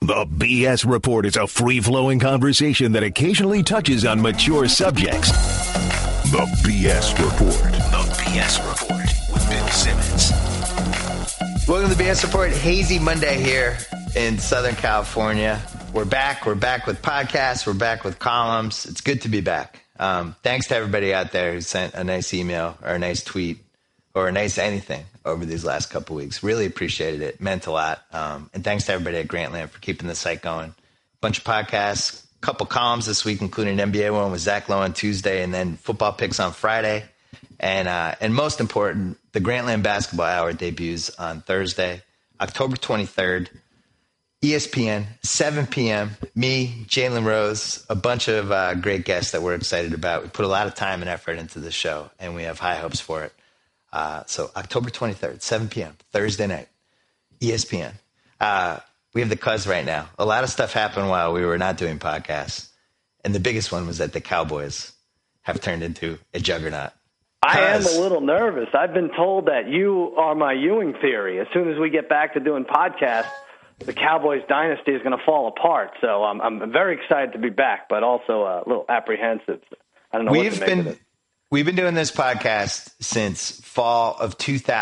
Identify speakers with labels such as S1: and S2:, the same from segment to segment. S1: The BS Report is a free flowing conversation that occasionally touches on mature subjects.
S2: The BS Report.
S1: The BS Report with Bill Simmons.
S3: Welcome to the BS Report. Hazy Monday here in Southern California. We're back. We're back with podcasts. We're back with columns. It's good to be back. Um, thanks to everybody out there who sent a nice email or a nice tweet or a nice anything over these last couple weeks. Really appreciated it. Meant a lot. Um, and thanks to everybody at Grantland for keeping the site going. Bunch of podcasts, couple columns this week, including an NBA one with Zach Lowe on Tuesday, and then football picks on Friday. And uh, and most important, the Grantland Basketball Hour debuts on Thursday, October E twenty third. ESPN, 7 p.m. Me, Jalen Rose, a bunch of uh, great guests that we're excited about. We put a lot of time and effort into this show, and we have high hopes for it. Uh, so October 23rd, 7 p.m., Thursday night, E ESPN. Uh, we have the cuz right now. A lot of stuff happened while we were not doing podcasts. And the biggest one was that the Cowboys have turned into a juggernaut.
S4: I am
S3: Cuz.
S4: a little nervous. I've been told that you are my Ewing theory. As soon as we get back to doing podcasts, the Cowboys dynasty is going to fall apart. So I'm, I'm very excited to be back, but also uh, a little apprehensive. I don't know. what
S3: We've
S4: to make of
S3: been
S4: it.
S3: we've been doing this podcast since fall of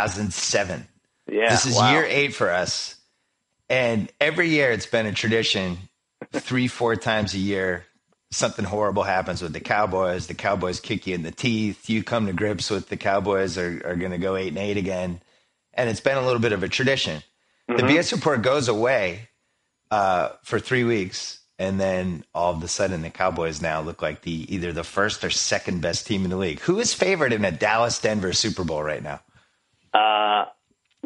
S3: 2007.
S4: Yeah,
S3: this is
S4: wow.
S3: year eight for us. And every year it's been a tradition, three, four times a year, something horrible happens with the Cowboys. The Cowboys kick you in the teeth. You come to grips with the Cowboys are, are going to go eight and eight again. And it's been a little bit of a tradition.
S4: Mm-hmm.
S3: The BS report goes away uh, for three weeks. And then all of a sudden, the Cowboys now look like the either the first or second best team in the league. Who is favored in a Dallas Denver Super Bowl right now?
S4: Uh,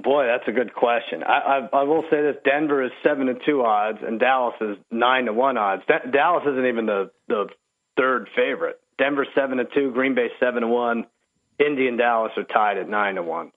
S4: boy, that's a good question. I, I, I will say this: Denver is seven to two odds, and Dallas is nine to one odds. Da- Dallas isn't even the the third favorite. Denver seven to two, Green Bay seven to one, Indy and Dallas are tied at nine to one.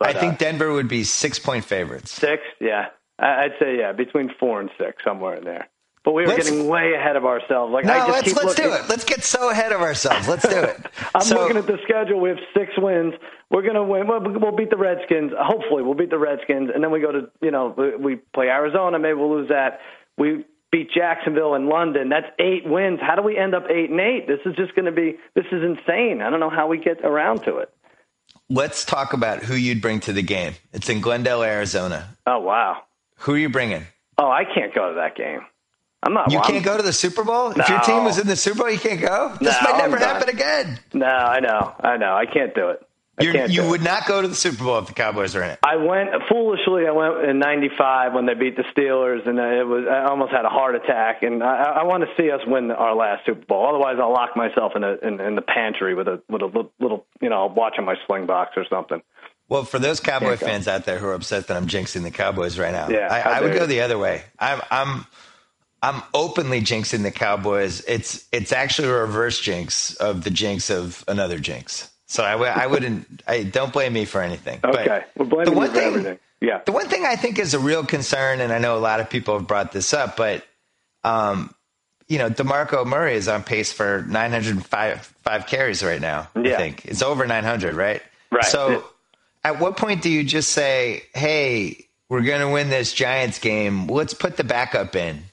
S4: uh,
S3: I think Denver would be six point favorites.
S4: Six, yeah. I- I'd say yeah, between four and six, somewhere in there. But we were
S3: Let's-
S4: getting way ahead of ourselves. Like
S3: No,
S4: I just
S3: let's
S4: keep
S3: let's
S4: looking.
S3: do it. Let's get so ahead of ourselves. Let's do it.
S4: I'm
S3: So,
S4: looking at the schedule. We have six wins. We're gonna win. We'll, we'll beat the Redskins. Hopefully, we'll beat the Redskins, and then we go to you know we- we play Arizona. Maybe we'll lose that. We beat Jacksonville and London. That's eight wins. How do we end up eight and eight? This is just going to be this is insane. I don't know how we get around to it.
S3: let's talk about who you'd bring to the game. It's in Glendale, Arizona.
S4: Oh wow.
S3: Who are you bringing?
S4: Oh, I can't go to that game. I'm not.
S3: You
S4: Oh, I'm-
S3: can't go to the Super Bowl? If your
S4: No.
S3: team was in the Super Bowl, you can't go? This
S4: No,
S3: might never
S4: I'm done.
S3: happen again.
S4: No, I know. I know. I can't do it. I
S3: You're,
S4: can't
S3: you
S4: do it.
S3: would not go to the Super Bowl if the Cowboys are in it.
S4: I went foolishly. I went in '95 when they beat the Steelers, and it was I almost had a heart attack. And I, I want to see us win our last Super Bowl. Otherwise, I'll lock myself in, a, in in the pantry with a with a li- little you know watching my sling box or something.
S3: Well, for those Cowboy
S4: Can't go.
S3: fans out there who are upset that I'm jinxing the Cowboys right now,
S4: Yeah, how
S3: I, I would
S4: dare
S3: go
S4: you.
S3: the other way. I'm I'm I'm openly jinxing the Cowboys. It's it's actually a reverse jinx of the jinx of another jinx. So I w- I wouldn't. I don't blame me for anything.
S4: Okay, we're
S3: the
S4: blaming
S3: one
S4: you for
S3: thing-
S4: everything. Yeah,
S3: the one thing I think is a real concern, and I know a lot of people have brought this up, but um, you know, Demarco Murray is on pace for 905 five carries right now. I
S4: Yeah.
S3: think it's over 900, right?
S4: Right.
S3: So, at what point do you just say, "Hey, we're going to win this Giants game. Let's put the backup in."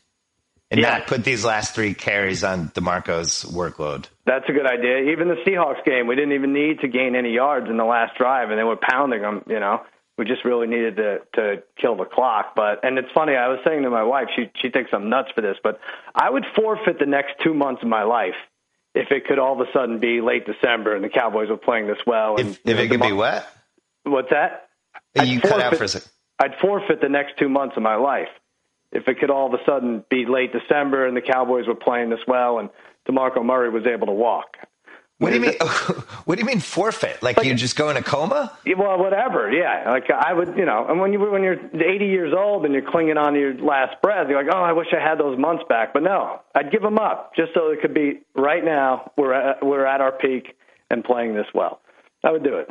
S3: And
S4: Yeah.
S3: not put these last three carries on Demarco's workload.
S4: that's a good idea. Even the Seahawks game, we didn't even need to gain any yards in the last drive, and they were pounding them. You know, we just really needed to to kill the clock. But and it's funny, I was saying to my wife, she she thinks I'm nuts for this, but I would forfeit the next two months of my life if it could all of a sudden be late December and the Cowboys were playing this well. And,
S3: If, if it could be what
S4: what's that?
S3: you cut out
S4: forfeit-
S3: for a second.
S4: I'd forfeit the next two months of my life if it could all of a sudden be late December and the Cowboys were playing this well and Demarco Murray was able to walk.
S3: What do you mean? What do you mean forfeit? Like you just go in a coma?
S4: Yeah, Well, whatever. Yeah, like I would, you know, and when you when you're 80 years old and you're clinging on to your last breath, you're like, oh, I wish I had those months back. But no, I'd give them up just so it could be right now. We're at, we're at our peak and playing this well. I would do it.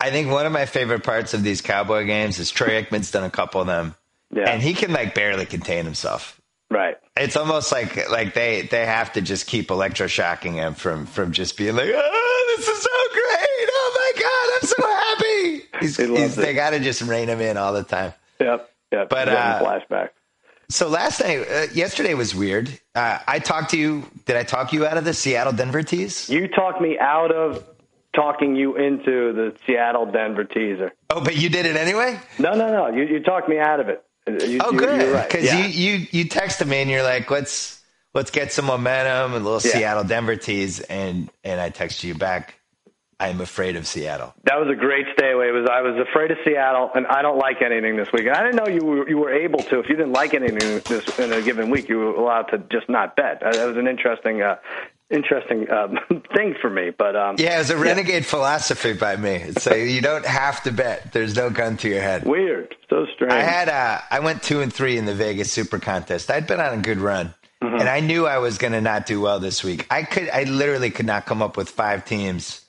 S3: I think one of my favorite parts of these cowboy games is Troy Aikman's done a couple of them,
S4: Yeah.
S3: and he can like barely contain himself.
S4: Right.
S3: It's almost like like they they have to just keep electroshocking him from from just being like, oh, this is so great, oh my god, I'm so happy. He's,
S4: He loves
S3: he's, they
S4: it.
S3: got to just rein him in all the time.
S4: Yep. Yep.
S3: But,
S4: Getting
S3: uh,
S4: flashback.
S3: So last night, uh, yesterday was weird. Uh, I talked to you. Did I talk you out of the Seattle Denver tease?
S4: You talked me out of talking you into the Seattle Denver teaser.
S3: Oh, but you did it anyway.
S4: No, no, no. You, you talked me out of it. You,
S3: Oh,
S4: you-
S3: good.
S4: you're right.
S3: Because
S4: Yeah.
S3: you, you you texted me and you're like, let's let's get some momentum, a little
S4: Yeah.
S3: Seattle Denver tease, and and I texted you back. I'm afraid of Seattle.
S4: That was a great stay away. It was I was afraid of Seattle, and I don't like anything this week. And I didn't know you were, you were able to. If you didn't like anything this in a given week, you were allowed to just not bet. Uh, That was an interesting, uh, interesting um, thing for me. But um,
S3: Yeah, it was a renegade philosophy by me. It's like you don't have to bet. There's no gun to your head.
S4: weird, so strange.
S3: I had uh, I went two and three in the Vegas Super Contest. I'd been on a good run, and I knew I was going to not do well this week. I could, I literally could not come up with five teams,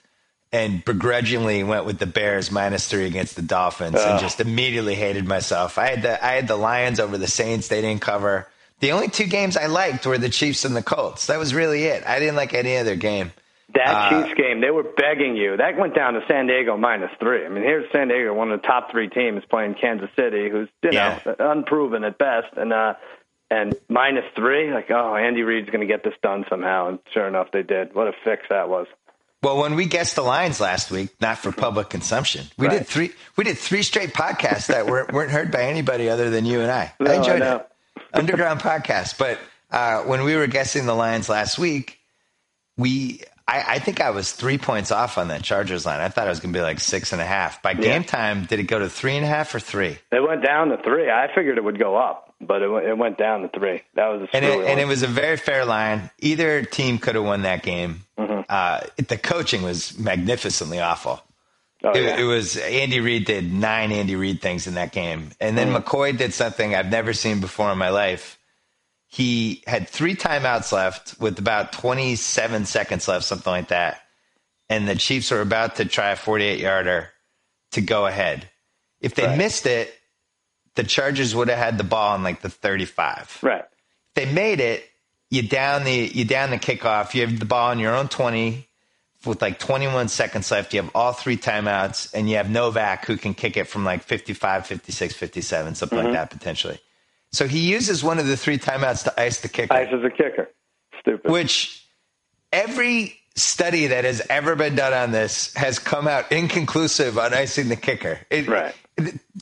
S3: and begrudgingly went with the Bears minus three against the Dolphins, and just immediately hated myself. I had the I had the Lions over the Saints. They didn't cover. The only two games I liked were the Chiefs and the Colts. That was really it. I didn't like any other game.
S4: That
S3: Uh,
S4: Chiefs game, they were begging you. That went down to San Diego minus three. I mean, here's San Diego, one of the top three teams playing Kansas City, who's you
S3: Yeah.
S4: know unproven at best, and uh, and minus three. Like, oh, Andy Reid's going to get this done somehow, and sure enough, they did. What a fix that was.
S3: Well, when we guessed the lines last week, not for public consumption, we
S4: Right.
S3: did three. We did three straight podcasts that weren't, weren't heard by anybody other than you and I.
S4: No,
S3: I enjoyed
S4: I know.
S3: it, underground podcast. But uh, when we were guessing the lines last week, we I, I think I was three points off on that Chargers line. I thought it was going to be like six and a half. By game time, did it go to three and a half or three?
S4: They went down to three. I figured it would go up, but it, went- it went down to three. That was a
S3: and
S4: screwy
S3: it, and
S4: one.
S3: it was a very fair line. Either team could have won that game.
S4: Mm-hmm.
S3: Uh, it- the coaching was magnificently awful.
S4: Oh,
S3: it,
S4: yeah.
S3: it was Andy Reid did nine Andy Reid things in that game, and then
S4: Mm.
S3: McCoy did something I've never seen before in my life. He had three timeouts left with about 27 seconds left, something like that, and the Chiefs were about to try a 48 yarder to go ahead. If they missed it, the Chargers would have had the ball in like the 35
S4: right.
S3: they made it. You down the you down the kickoff. You have the ball on your own twenty with like 21 seconds left. You have all three timeouts, and you have Novak who can kick it from like 55, 56, 57, something like that potentially. So he uses one of the three timeouts to ice the kicker,
S4: Ice is a kicker. Stupid.
S3: which every study that has ever been done on this has come out inconclusive on icing the kicker. It-
S4: Right.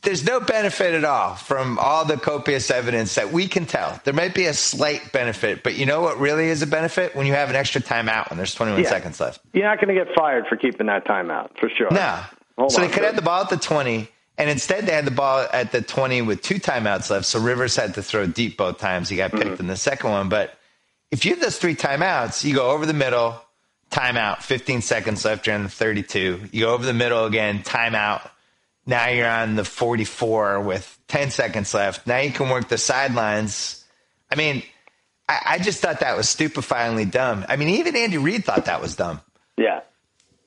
S3: there's no benefit at all from all the copious evidence that we can tell. There might be a slight benefit, but you know what really is a benefit? When you have an extra timeout when there's 21
S4: Yeah.
S3: seconds left.
S4: You're not going to get fired for keeping that timeout for sure.
S3: No.
S4: Hold
S3: so
S4: on
S3: they could
S4: to
S3: have
S4: it.
S3: the ball at the 20, and instead they had the ball at the 20 with two timeouts left. So Rivers had to throw deep both times. He got picked
S4: Mm-hmm.
S3: in the second one. But if you have those three timeouts, you go over the middle, timeout, 15 seconds left, you're on the 32. You go over the middle again, timeout. Now you're on the 44 with 10 seconds left. Now you can work the sidelines. I mean, I, I just thought that was stupefyingly dumb. I mean, even Andy Reid thought that was dumb.
S4: Yeah.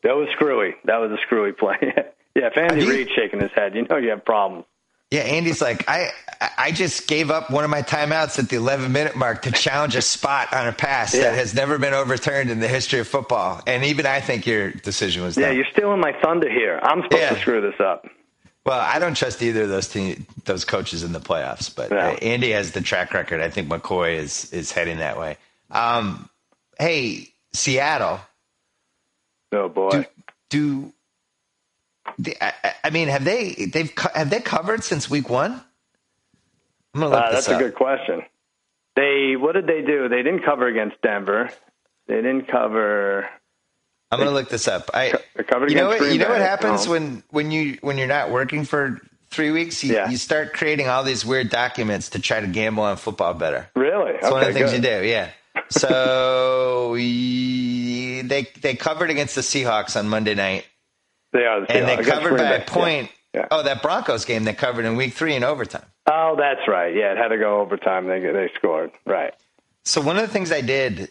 S4: That was screwy. That was a screwy play. yeah, if Andy
S3: Have you-
S4: Reid's shaking his head, you know you have problems.
S3: Yeah, Andy's like, I I just gave up one of my timeouts at the 11 minute mark to challenge a spot on a pass
S4: Yeah.
S3: that has never been overturned in the history of football. And even I think your decision was
S4: Yeah,
S3: dumb.
S4: you're stealing my thunder here. I'm supposed
S3: Yeah.
S4: to screw this up.
S3: Well, I don't trust either of those team, those coaches in the playoffs, but
S4: No.
S3: uh, Andy has the track record. I think McCoy is is heading that way. Um, hey, Seattle,
S4: Oh boy.
S3: do, do the- I, I- I mean have they they've co- have they covered since week one? I'm gonna look
S4: Uh,
S3: this
S4: that's
S3: up.
S4: a good question. They what did they do? They didn't cover against Denver. They didn't cover
S3: I'm gonna look this up. I
S4: They're covered
S3: you know
S4: against
S3: what you know
S4: Green
S3: what
S4: Bay.
S3: happens
S4: Oh.
S3: when when you when you're not working for three weeks, you,
S4: Yeah.
S3: you start creating all these weird documents to try to gamble on football better.
S4: Really?
S3: It's one of the
S4: Okay,
S3: things
S4: good.
S3: you do, yeah. So we, they they covered against the Seahawks on Monday night,
S4: They are the
S3: and
S4: Seahawks.
S3: they
S4: Against
S3: covered
S4: Green
S3: by a
S4: Bay.
S3: point.
S4: Yeah. Yeah.
S3: Oh, that Broncos game they covered in week three in overtime.
S4: Oh, that's right. Yeah, it had to go overtime. They they scored. Right.
S3: So one of the things I did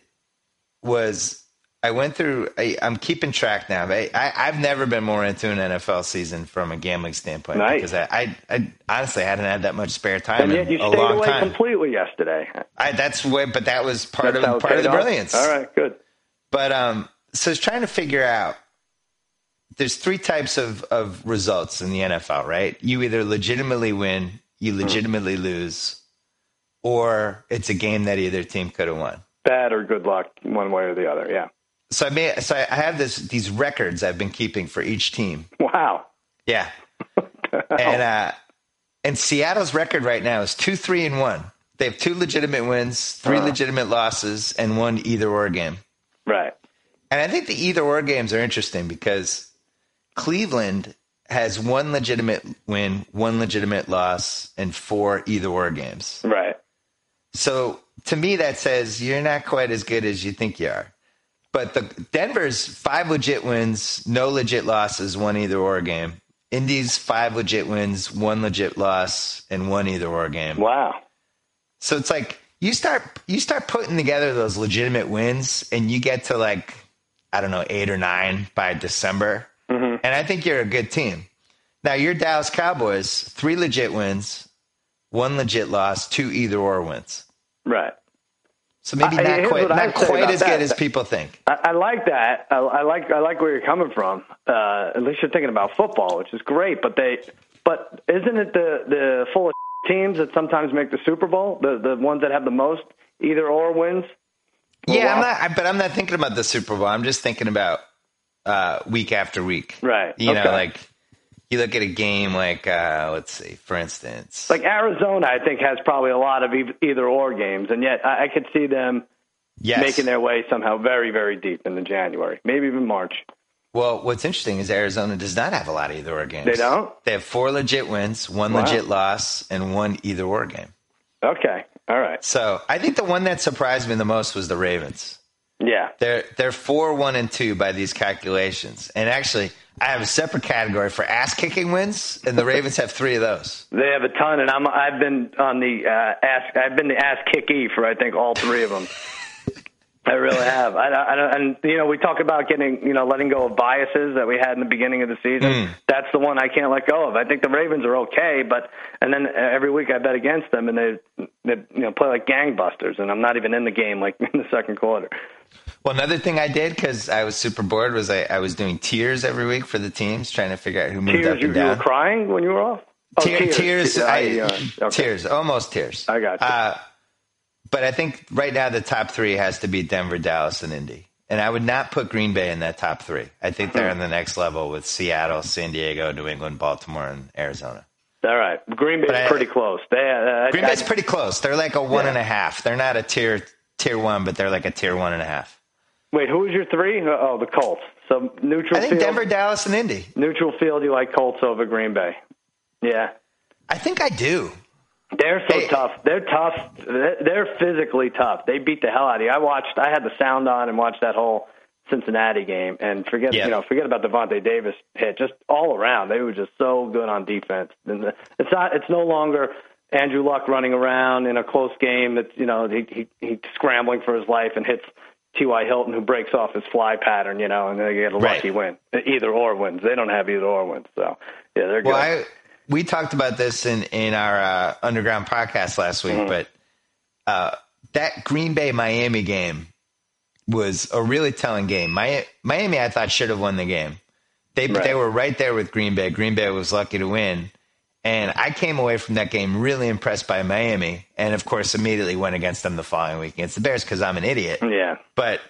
S3: was I went through. I, I'm keeping track now. I, I I've never been more into an NFL season from a gambling standpoint
S4: Nice.
S3: because I, I I honestly hadn't had that much spare time
S4: And yet you
S3: in a
S4: stayed
S3: long
S4: away
S3: time.
S4: completely yesterday.
S3: I, that's way, but that was part
S4: That's
S3: of
S4: how it
S3: part of
S4: paid
S3: the
S4: off.
S3: brilliance.
S4: All right, good.
S3: But um, so I was trying to figure out. There's three types of of
S4: Hmm.
S3: results in the NFL, right? You either legitimately win, you legitimately lose, or it's a game that either team could have won.
S4: Bad or good luck, one way or the other. Yeah.
S3: So I may, so I have this these records I've been keeping for each team.
S4: Wow.
S3: Yeah, and uh, and Seattle's record right now is two three and one. They have two legitimate wins, three
S4: Uh-huh.
S3: legitimate losses, and one either or game.
S4: Right.
S3: And I think the either or games are interesting because Cleveland has one legitimate win, one legitimate loss, and four either or games.
S4: Right.
S3: So to me, that says you're not quite as good as you think you are. But the Denver's five legit wins, no legit losses, one either or game. Indy's five legit wins, one legit loss, and one either or game.
S4: Wow.
S3: So it's like you start you start putting together those legitimate wins, and you get to like I don't know eight or nine by December, and I think you're a good team. Now your Dallas Cowboys three legit wins, one legit loss, two either or wins.
S4: Right.
S3: So maybe
S4: I-
S3: not
S4: here's
S3: quite
S4: what I
S3: not
S4: say
S3: quite
S4: about
S3: as good
S4: that.
S3: as people think.
S4: I, I like that. I, I like I like where you're coming from. Uh, at least you're thinking about football, which is great. But they, but isn't it the the full of teams that sometimes make the Super Bowl? The the ones that have the most either or wins.
S3: yeah, I'm
S4: wow.
S3: not, I, but I'm not thinking about the Super Bowl. I'm just thinking about uh, week after week.
S4: Right.
S3: You know,
S4: Okay.
S3: like you look at a game like uh, let's see, for instance,
S4: Like Arizona, I think has probably a lot of eith- either or games, and yet I, I could see them
S3: yes.
S4: making their way somehow very very deep into January, maybe even March.
S3: Well, what's interesting is Arizona does not have a lot of either or games.
S4: They don't?
S3: They have four legit wins, one
S4: Wow.
S3: legit loss, and one either or game.
S4: Okay. All right.
S3: So I think the one that surprised me the most was the Ravens.
S4: Yeah.
S3: They're they're four one and two by these calculations. And actually, I have a separate category for ass kicking wins, and the Ravens have three of those.
S4: They have a ton, and I'm I've been on the uh, ass I've been the ass kickee for I think all three of them. I really have. I, I, I don't- and you know we talk about getting you know letting go of biases that we had in the beginning of the season.
S3: Hmm.
S4: That's the one I can't let go of. I think the Ravens are okay, but and then uh, every week I bet against them, and they they you know play like gangbusters, and I'm not even in the game like in the second quarter.
S3: Well, another thing I did because I was super bored was I, I was doing tiers every week for the teams, trying to figure out who moved up
S4: Tears,
S3: and
S4: you, you
S3: down.
S4: were crying when you were off. Oh,
S3: Tear- tears, I,
S4: uh, okay.
S3: tears, almost tears.
S4: I got you.
S3: Uh, but I think right now the top three has to be Denver, Dallas, and Indy. And I would not put Green Bay in that top three. I think
S4: Hmm.
S3: they're on the next level with Seattle, San Diego, New England, Baltimore, and Arizona.
S4: All right, Green
S3: But I-
S4: Bay's pretty close. They, uh,
S3: Green
S4: I-
S3: Bay's pretty close. They're like a one and a half. They're not a tier tier one, but they're like a tier one and a half.
S4: Wait, who was your three? Oh, the Colts. So neutral
S3: I think
S4: field.
S3: Denver, Dallas, and Indy.
S4: neutral field. You like Colts over Green Bay? Yeah,
S3: I think I do.
S4: they're so
S3: Hey.
S4: tough. They're tough. They're they're physically tough. They beat the hell out of you. I watched. I had the sound on and watched that whole Cincinnati game. And forget
S3: Yeah.
S4: you know forget about Devontae Davis hit. Just all around, they were just so good on defense. And the- it's not. It's no longer. Andrew Luck running around in a close game. That's you know he, he he's scrambling for his life and hits T.Y. Hilton who breaks off his fly pattern. You know, and they get a
S3: Right.
S4: lucky win. Either or wins. They don't have either or wins. So yeah, they're good.
S3: Well, I, we talked about this in in our uh, underground podcast last week, but uh, that Green Bay Miami game was a really telling game. Mi- Miami, I thought, should have won the game. They
S4: Right.
S3: they were right there with Green Bay. Green Bay was lucky to win, and I came away from that game really impressed by Miami, and of course, immediately went against them the following week against the Bears because I'm an idiot
S4: yeah.
S3: but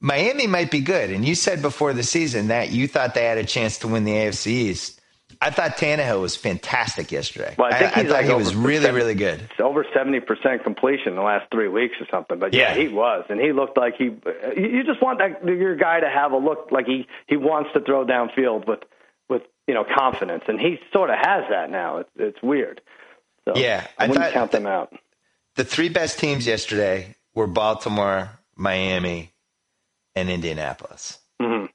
S3: Miami might be good. And you said before the season that you thought they had a chance to win the AFC East. I thought Tannehill was fantastic yesterday.
S4: Well, I think he's
S3: thought
S4: like
S3: he was
S4: over-
S3: really, really good.
S4: It's over 70% completion in the last three weeks or something. But
S3: Yeah.
S4: yeah, he was. And he looked like he, you you just want that, your guy to have a look like he, he wants to throw downfield with, with, you know, confidence. And he sort of has that now. It's, it's weird. So
S3: Yeah,
S4: I,
S3: I
S4: wouldn't
S3: thought-
S4: count them out.
S3: The three best teams yesterday were Baltimore, Miami, and Indianapolis.
S4: Mm-hmm.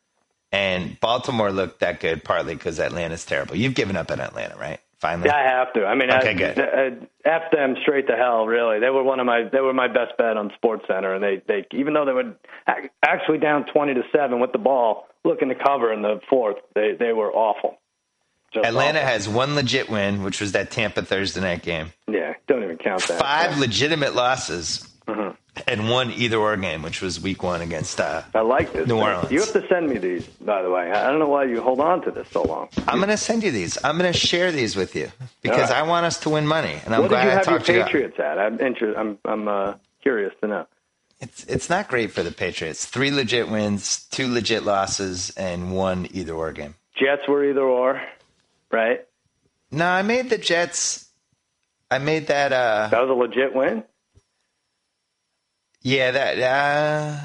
S3: And Baltimore looked that good partly because Atlanta's terrible. You've given up on Atlanta, right? Finally.
S4: Yeah, I have to. I mean,
S3: Okay,
S4: I,
S3: good.
S4: I, F them straight to hell. Really, they were one of my they were my best bet on Sports Center, and they they even though they were ac- actually down twenty to seven with the ball, looking to cover in the fourth, they they were awful. Just
S3: Atlanta
S4: awful.
S3: has one legit win, which was that Tampa Thursday night game.
S4: yeah, don't even count that. Mm-hmm.
S3: five legitimate losses and won either or game, which was week one against. Uh,
S4: I like this.
S3: New Orleans.
S4: You have to send me these, by the way. I don't know why you hold on to this so long.
S3: I'm going to send you these. I'm going to share these with you because
S4: All right.
S3: I want us to win money, and I'm
S4: what did
S3: glad
S4: you
S3: I
S4: have your
S3: talked to you. about-
S4: Patriots at? I'm inter- I'm, I'm uh, curious to know.
S3: It's it's not great for the Patriots. Three legit wins, two legit losses, and one either or game.
S4: Jets were either or, right?
S3: No, I made the Jets. I made that. uh
S4: That was a legit win.
S3: Yeah, that. uh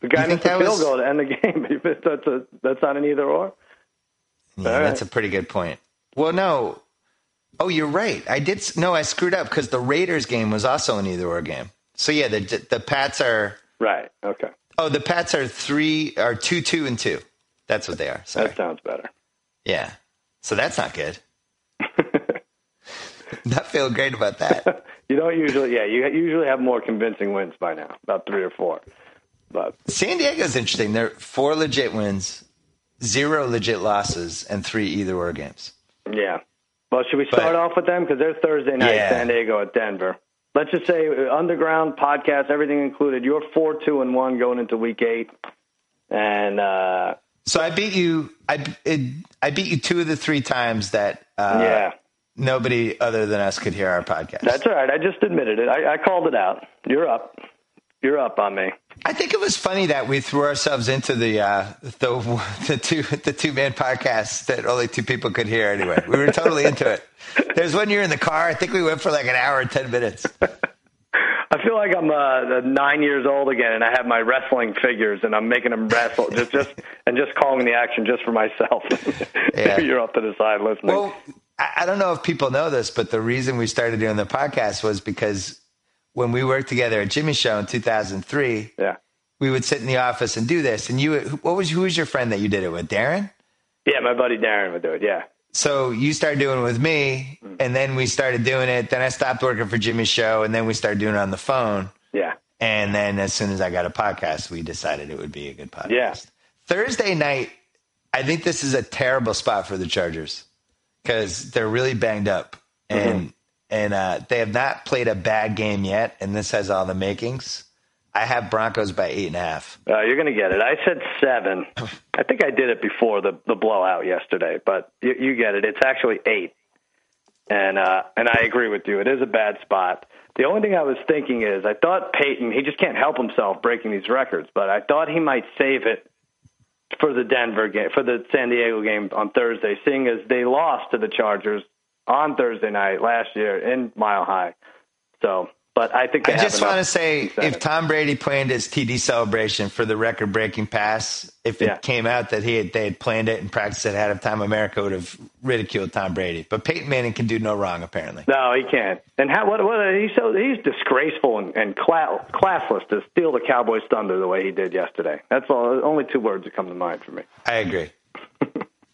S4: The guy
S3: You think
S4: missed a
S3: that
S4: field
S3: was-
S4: goal to end the game. that's a that's not an either or.
S3: Yeah,
S4: All
S3: that's
S4: right.
S3: a pretty good point. Well, no. Oh, you're right. I did. s- No, I screwed up because the Raiders game was also an either or game. So yeah, the the Pats are.
S4: Right. Okay.
S3: Oh, the Pats are three are two two and two. That's what they are. Sorry.
S4: That sounds better.
S3: Yeah. So that's not good. not feeling great about that.
S4: You don't usually, yeah, you usually have more convincing wins by now, about three or four. But
S3: San Diego's interesting. They're four legit wins, zero legit losses, and three either or games.
S4: yeah. Well, should we start
S3: But-
S4: off with them because they're Thursday night,
S3: Yeah.
S4: San Diego at Denver. Let's just say uh, underground podcast, everything included. You're four, two, and one going into week eight, and uh,
S3: So I beat you. I it, I beat you two of the three times that uh,
S4: yeah,
S3: nobody other than us could hear our podcast.
S4: that's all right. I just admitted it. I, I called it out. You're up. You're up on me.
S3: I think it was funny that we threw ourselves into the uh, the the two the two man podcast that only two people could hear anyway. We were totally into it. There's one year in the car. I think we went for like an hour and ten minutes.
S4: I feel like I'm uh, nine years old again, and I have my wrestling figures, and I'm making them wrestle just just and just calling the action just for myself.
S3: Yeah.
S4: You're off to the side listening.
S3: Well, I, I don't know if people know this, but the reason we started doing the podcast was because when we worked together at Jimmy's show in 2003,
S4: yeah,
S3: we would sit in the office and do this. And you, what was who was your friend that you did it with, Darren?
S4: yeah, my buddy Darren would do it. Yeah,
S3: So you started doing it with me, and then we started doing it. Then I stopped working for Jimmy's show, and then we started doing it on the phone.
S4: yeah,
S3: And then as soon as I got a podcast, we decided it would be a good podcast.
S4: Yeah.
S3: Thursday night, I think this is a terrible spot for the Chargers because they're really banged up and and uh, they have not played a bad game yet. And this has all the makings. I have Broncos by eight and a half.
S4: uh, you're gonna get it. I said seven. I think I did it before the the blowout yesterday, but you, you get it. It's actually eight, and uh, and I agree with you. It is a bad spot. The only thing I was thinking is I thought Peyton he just can't help himself breaking these records, but I thought he might save it for the Denver game, for the San Diego game on Thursday, seeing as they lost to the Chargers on Thursday night last year in Mile High. So, but I think they
S3: I
S4: have
S3: just want to
S4: enough
S3: say if
S4: incentive.
S3: Tom Brady planned his TD celebration for the record breaking pass, if
S4: Yeah.
S3: it came out that he had, they had planned it and practiced it ahead of time, America would have ridiculed Tom Brady. But Peyton Manning can do no wrong, apparently.
S4: No, he can't. And how? What? What? He's so he's disgraceful and, and cla- classless to steal the Cowboys' thunder the way he did yesterday. That's all. Only two words that come to mind for me.
S3: I agree.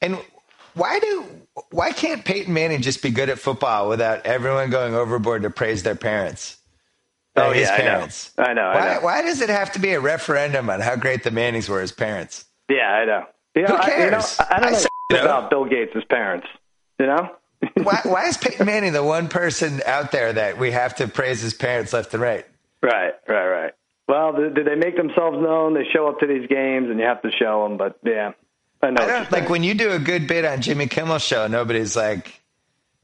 S3: and why do why can't Peyton Manning just be good at football without everyone going overboard to praise their parents?
S4: Oh,
S3: Uh, his
S4: yeah, I know.
S3: parents.
S4: I know, I
S3: Why,
S4: know.
S3: why does it have to be a referendum on how great the Mannings were as parents?
S4: Yeah, I know. You know,
S3: Who
S4: I, you know,
S3: cares?
S4: I, I
S3: I
S4: don't know
S3: said, you know.
S4: about Bill Gates' parents. You know.
S3: Why, why is Peyton Manning the one person out there that we have to praise his parents left and right?
S4: Right. Right. Right. Well, th- do they make themselves known? They show up to these games, and you have to show them. But yeah, I
S3: I
S4: know. what you're
S3: don't, like
S4: saying.
S3: when you do a good bit on Jimmy Kimmel's show, nobody's like,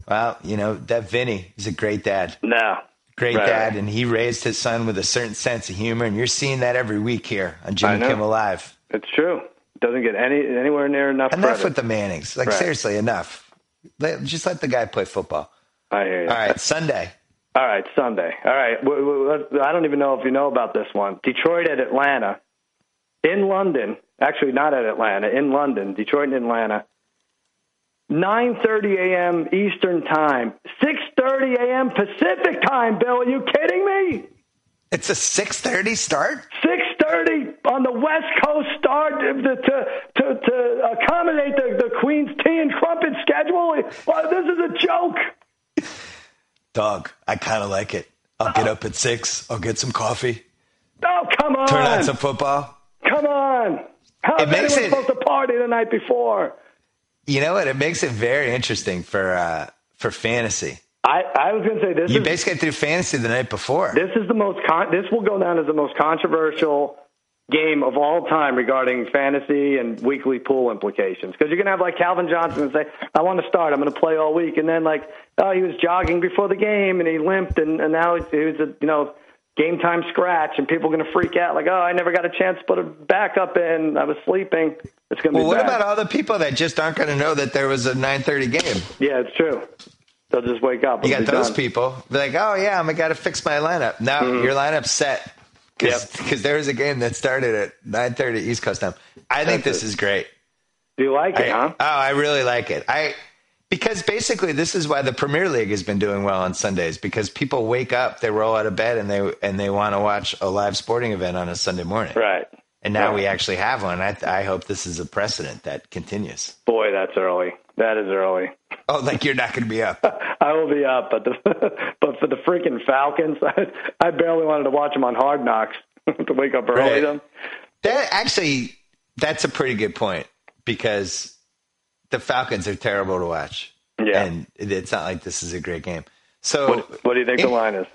S3: well, you know, that Vinny, he's a great dad.
S4: no.
S3: great
S4: Right,
S3: dad,
S4: right.
S3: and he raised his son with a certain sense of humor, and you're seeing that every week here on Jimmy
S4: know.
S3: Kimmel Live.
S4: It's true. Doesn't get any anywhere near enough.
S3: Enough
S4: credit.
S3: with the Mannings. Like
S4: Right.
S3: seriously, enough. Let, just let the guy play football.
S4: I hear you.
S3: All right, Sunday.
S4: All right, Sunday. All right. W- w- w- I don't even know if you know about this one. Detroit at Atlanta. In London, actually not at Atlanta, in London, Detroit and Atlanta. 9:30 a.m. Eastern Time, 6:30 a.m. Pacific Time, Bill, are you kidding me?
S3: It's a 6:30 start.
S4: 6:30 on the West Coast start to to, to, to accommodate the, the Queen's tea and crumpet schedule. Well, this is a joke.
S3: Dog, I kind of like it. I'll get up at six. I'll get some coffee.
S4: Oh, come on.
S3: Turn on some football.
S4: Come on. How
S3: It
S4: is
S3: makes
S4: anyone
S3: it-
S4: supposed to party the night before?
S3: You know what? It makes it very interesting for uh, for fantasy.
S4: I, I was going to say this
S3: You
S4: is
S3: basically threw fantasy the night before.
S4: this is the most con- this will go down as the most controversial game of all time regarding fantasy and weekly pool implications because you're going to have like Calvin Johnson and say I want to start I'm going to play all week and then like oh he was jogging before the game and he limped and, and now he was a you know game time scratch and people are going to freak out like oh I never got a chance to put a backup in I was sleeping it's going to
S3: well,
S4: be
S3: what
S4: bad.
S3: about all the people that just aren't going to know that there was a 9:30 game?
S4: yeah it's true they'll just wake up
S3: You
S4: and
S3: got
S4: be
S3: those
S4: done. Mm-hmm.
S3: people. They're like, oh yeah, I'm got to fix my lineup. No, your lineup's set because there was a game that started at 9:30 East Coast time. I think
S4: That's
S3: this
S4: it.
S3: is great.
S4: do you like
S3: I-
S4: it huh
S3: Oh, I really like it. I because basically this is why the Premier League has been doing well on Sundays because people wake up, they roll out of bed, and they and they want to watch a live sporting event on a Sunday morning.
S4: right
S3: And now
S4: Right.
S3: we actually have one. I I hope this is a precedent that continues.
S4: boy that's early that is early
S3: Oh, like you're not going to be up.
S4: I will be up, but the but for the freaking Falcons, I, I barely wanted to watch them on Hard Knocks to wake up early.
S3: Right.
S4: Them,
S3: That actually, that's a pretty good point because the Falcons are terrible to watch.
S4: Yeah.
S3: and it- it's not like this is a great game. So
S4: what, what do you think the
S3: in-
S4: line is?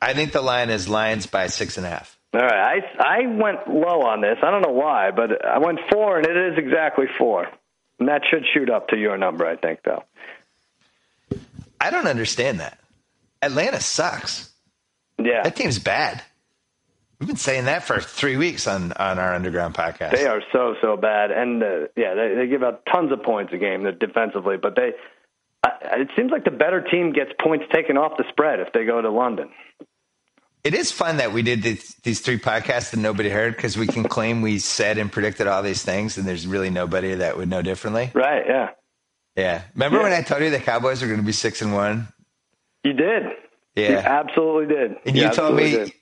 S3: I think the line is Lions by six and a half.
S4: All right, I I went low on this. I don't know why, but I went four, and it is exactly four, and that should shoot up to your number, I think, though.
S3: I don't understand that. Atlanta sucks.
S4: Yeah,
S3: That team's bad. We've been saying that for three weeks on on our underground podcast.
S4: They are so so bad, and uh, yeah, they, they give out tons of points a game that defensively. But they, I, it seems like the better team gets points taken off the spread if they go to London.
S3: It is fun that we did these, these three podcasts and nobody heard because we can claim we said and predicted all these things, and there's really nobody that would know differently.
S4: Right? Yeah,
S3: Yeah. Remember
S4: Yeah.
S3: when I told you the Cowboys were going to be six and one?
S4: you did. You
S3: Yeah.
S4: absolutely did.
S3: and you told
S4: absolutely
S3: me,
S4: did.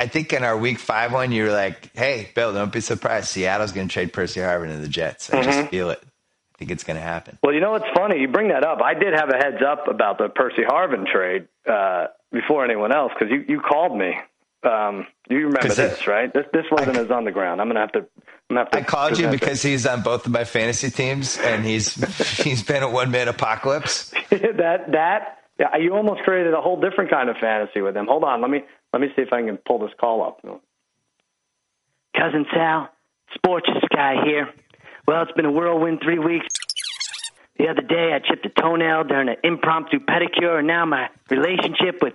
S3: I think in our week five one, you were like, hey, Bill, don't be surprised. Seattle's going to trade Percy Harvin to the Jets. I
S4: Mm-hmm.
S3: just feel it. I think it's going to happen.
S4: Well, you know what's funny? You bring that up. I did have a heads up about the Percy Harvin trade uh, before anyone else because you, you called me. Um, you remember
S3: 'Cause
S4: this,
S3: it-
S4: right? This this wasn't as on the ground. I'm gonna have to. I'm gonna have to
S3: I called you
S4: present
S3: because he's on both of my fantasy teams, and he's he's been a one man apocalypse.
S4: it. that that yeah, you almost created a whole different kind of fantasy with him. Hold on, let me let me see if I can pull this call up. Cousin Sal, sports guy here. Well, it's been a whirlwind three weeks. The other day, I chipped a toenail during an impromptu pedicure, and now my relationship with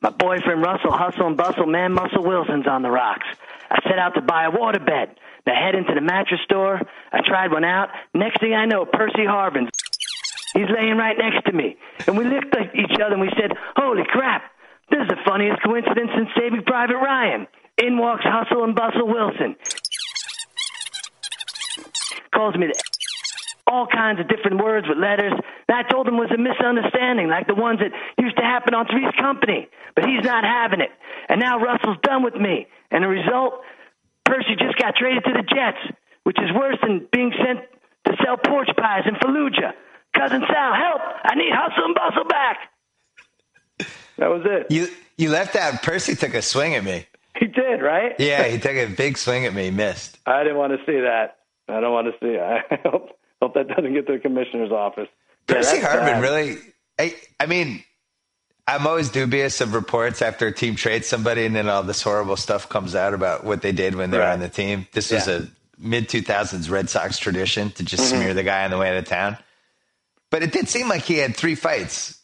S4: my boyfriend Russell Hustle and Bustle Man Muscle Wilson's on the rocks. I set out to buy a waterbed. Now head into the mattress store. I tried one out. Next thing I know, Percy Harvin's. He's laying right next to me, and we looked at each other and we said, "Holy crap! This is the funniest coincidence since Saving Private Ryan." In walks Hustle and Bustle Wilson. Calls me the all kinds of different words with letters that I told him was a misunderstanding, like the ones that used to happen on Three's Company. But he's not having it. And now Russell's done with me. And the result, Percy just got traded to the Jets, which is worse than being sent to sell porch pies in Fallujah. Cousin Sal, help! I need hustle and bustle back. That was it.
S3: You you left out. Percy took a swing at me.
S4: He did, right?
S3: Yeah, he took a big swing at me. Missed.
S4: I didn't want to see that. I don't want to see it. I hope, hope that doesn't get to the commissioner's office.
S3: Percy Harvin really. I I mean, I'm always dubious of reports after a team trades somebody, and then all this horrible stuff comes out about what they did when they were
S4: Right.
S3: on the team. This was
S4: Yeah. Mm-hmm.
S3: a mid 2000s Red Sox tradition to just smear the guy on the way out of town. But it did seem like he had three fights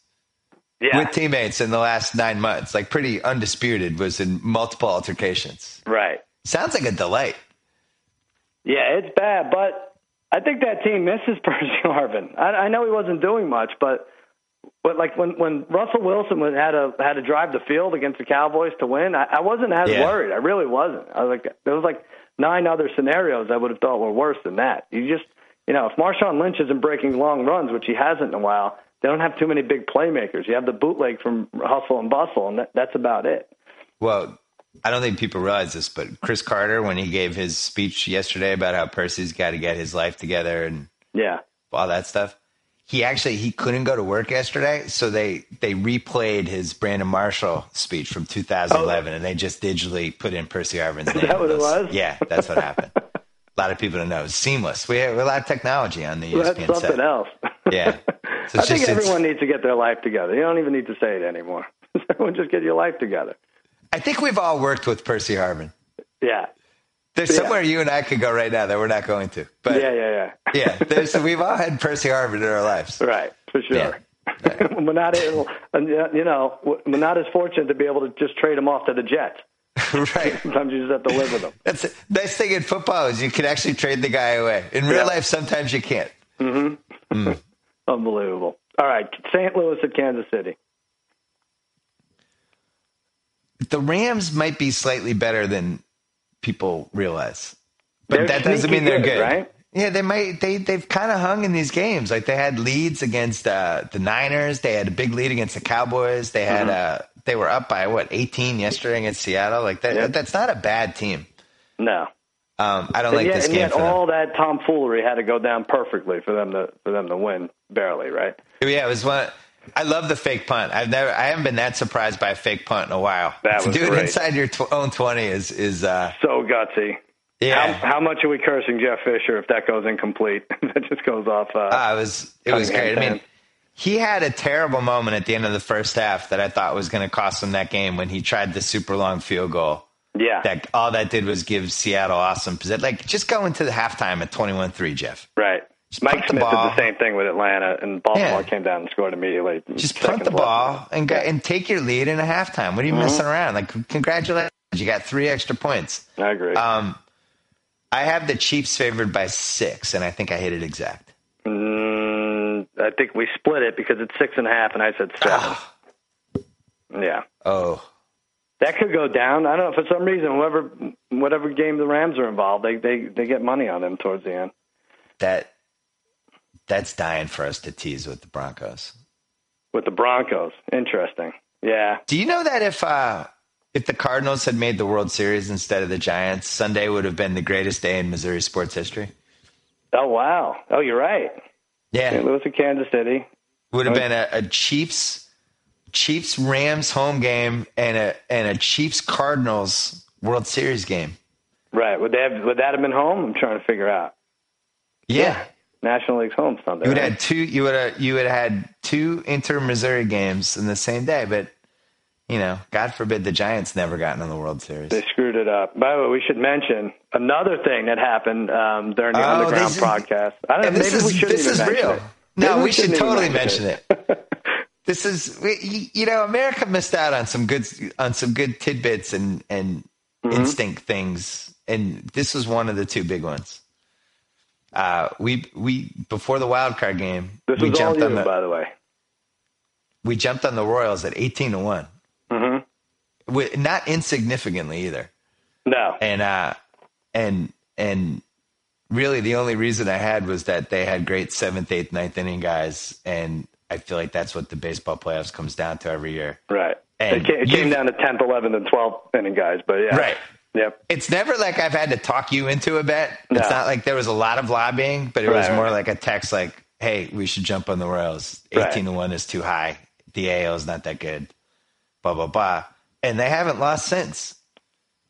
S3: with teammates in the last nine months. Like pretty undisputed, was in multiple altercations.
S4: right.
S3: Sounds like a delight.
S4: Yeah, it's bad, but I think that team misses Percy Harvin. I, I know he wasn't doing much, but but like when when Russell Wilson was, had to had to drive the field against the Cowboys to win, I, I wasn't as
S3: Yeah.
S4: worried. I really wasn't. I was like, there was like nine other scenarios I would have thought were worse than that. You just you know, if Marshawn Lynch isn't breaking long runs, which he hasn't in a while, they don't have too many big playmakers. You have the bootleg from Hustle and Bustle, and that, that's about it.
S3: Well, I don't think people realize this, but Chris Carter, when he gave his speech yesterday about how Percy's got to get his life together and
S4: Yeah.
S3: all that stuff, he actually he couldn't go to work yesterday, so they they replayed his Brandon Marshall speech from 2011, and they just digitally put in Percy Harvin's name.
S4: Oh. that what it was?
S3: Yeah, that's what happened. a lot of people don't know. It's seamless. We have a lot of technology on the E
S4: Well,
S3: ESPN
S4: that's something
S3: set.
S4: else.
S3: Yeah. So
S4: I
S3: it's
S4: think
S3: just- it's-
S4: everyone needs to get their life together. You don't even need to say it anymore. everyone just get your life together.
S3: I think we've all worked with Percy Harvin.
S4: Yeah.
S3: There's somewhere you and I could go right now that we're not going to. But
S4: Yeah,
S3: yeah,
S4: yeah, yeah.
S3: there's, we've all had Percy Harvin in our lives.
S4: Right, for sure.
S3: Yeah.
S4: we're not, able, and, uh, you know, we're not as fortunate to be able to just trade them off to the Jets.
S3: right.
S4: Sometimes you just have to live with them.
S3: That's the nice thing in football is you can actually trade the guy away. In real
S4: Yeah.
S3: life, sometimes you can't.
S4: Unbelievable. All right, St. Louis at Kansas City.
S3: The Rams might be slightly better than people realize, but
S4: They're
S3: that doesn't
S4: sneaky
S3: mean they're
S4: good,
S3: good,
S4: right?
S3: Yeah, they might. They they've kind of hung in these games. Like they had leads against uh, the Niners. They had a big lead against the Cowboys. They had
S4: Mm-hmm.
S3: uh, they were up by what 18 yesterday against Seattle. Like that.
S4: Yeah.
S3: That's not a bad team.
S4: No.
S3: Um, I don't like
S4: and yet,
S3: this
S4: and
S3: game
S4: yet
S3: for them.
S4: all that tomfoolery had to go down perfectly for them to for them to win barely, right?
S3: Yeah, it was one. I love the fake punt. I've never, I haven't been that surprised by a fake punt in a while.
S4: That
S3: to
S4: was
S3: do it
S4: great.
S3: inside your tw- own twenty is is uh
S4: So gutsy.
S3: yeah.
S4: How, how much are we cursing Jeff Fisher if that goes incomplete? that just goes off. Uh,
S3: Uh, it was it was
S4: Cunningham
S3: great. I mean,
S4: fan.
S3: he had a terrible moment at the end of the first half that I thought was going to cost him that game when he tried the super long field goal.
S4: yeah.
S3: That all that did was give Seattle awesome possession. Like just go into the halftime at twenty one three, Jeff.
S4: Right.
S3: punt
S4: Mike
S3: the
S4: Smith did
S3: ball.
S4: the same thing with Atlanta, and Baltimore
S3: Yeah.
S4: came down and scored immediately.
S3: Just
S4: Second Mm-hmm.
S3: punt the
S4: to less.
S3: ball and go, and take your lead in a halftime. What are you messing around? Like congratulations, you got three extra points.
S4: I agree.
S3: Um, I have the Chiefs favored by six, and I think I hit it exact.
S4: Mm, I think we split it because it's six and a half, and I said seven.
S3: Oh,
S4: Yeah.
S3: oh.
S4: That could go down. I don't know. For some reason, whoever, whatever game the Rams are involved, they they they get money on them towards the end.
S3: that that's dying for us to tease with the Broncos.
S4: with the Broncos. Interesting. Yeah.
S3: Do you know that if uh, if the Cardinals had made the World Series instead of the Giants, Sunday would have been the greatest day in Missouri sports history?
S4: Oh wow. Oh, you're right. St.
S3: Yeah,
S4: Louis and Kansas City.
S3: would have been a, a Chiefs Chiefs Rams home game and a and a Chiefs Cardinals World Series game.
S4: Right. Would they have? Would that have been home? I'm trying to figure out.
S3: Yeah,
S4: National League's home Sunday.
S3: you would
S4: right?
S3: have had two. You would have you would have had two inter Missouri games in the same day, but. You know, God forbid the Giants never gotten in the World Series.
S4: They screwed it up. By the way, we should mention another thing that happened um, during the
S3: Oh,
S4: underground
S3: this is-
S4: podcast. I
S3: And
S4: don't know. Maybe
S3: this is
S4: we shouldn't
S3: this
S4: even
S3: is
S4: mention
S3: real.
S4: it.
S3: No,
S4: Maybe
S3: we, should
S4: shouldn't even
S3: totally
S4: mention
S3: mention it. this is we, you- you know America missed out on some good on some good tidbits and and instinct things, and this was one of the two big ones. Uh, we we before the wild card game,
S4: This
S3: we
S4: was all you,
S3: on the
S4: by the way.
S3: we jumped on the Royals at eighteen to one, mm-hmm. with, not insignificantly either.
S4: No.
S3: and uh and and really the only reason i had was that they had great seventh eighth ninth inning guys and i feel like that's what the baseball playoffs comes down to every year
S4: Right.
S3: And
S4: It came, it
S3: you-
S4: came down to 10th, 11th, and 12th inning guys, but yeah.
S3: Right.
S4: Yep.
S3: it's never like i've had to talk you into a bet
S4: No.
S3: it's not like there was a lot of lobbying but it was
S4: Right,
S3: more
S4: right.
S3: like a text like hey we should jump on the royals 18
S4: Right.
S3: to 1 is too high the AL is not that good blah blah blah and they haven't lost since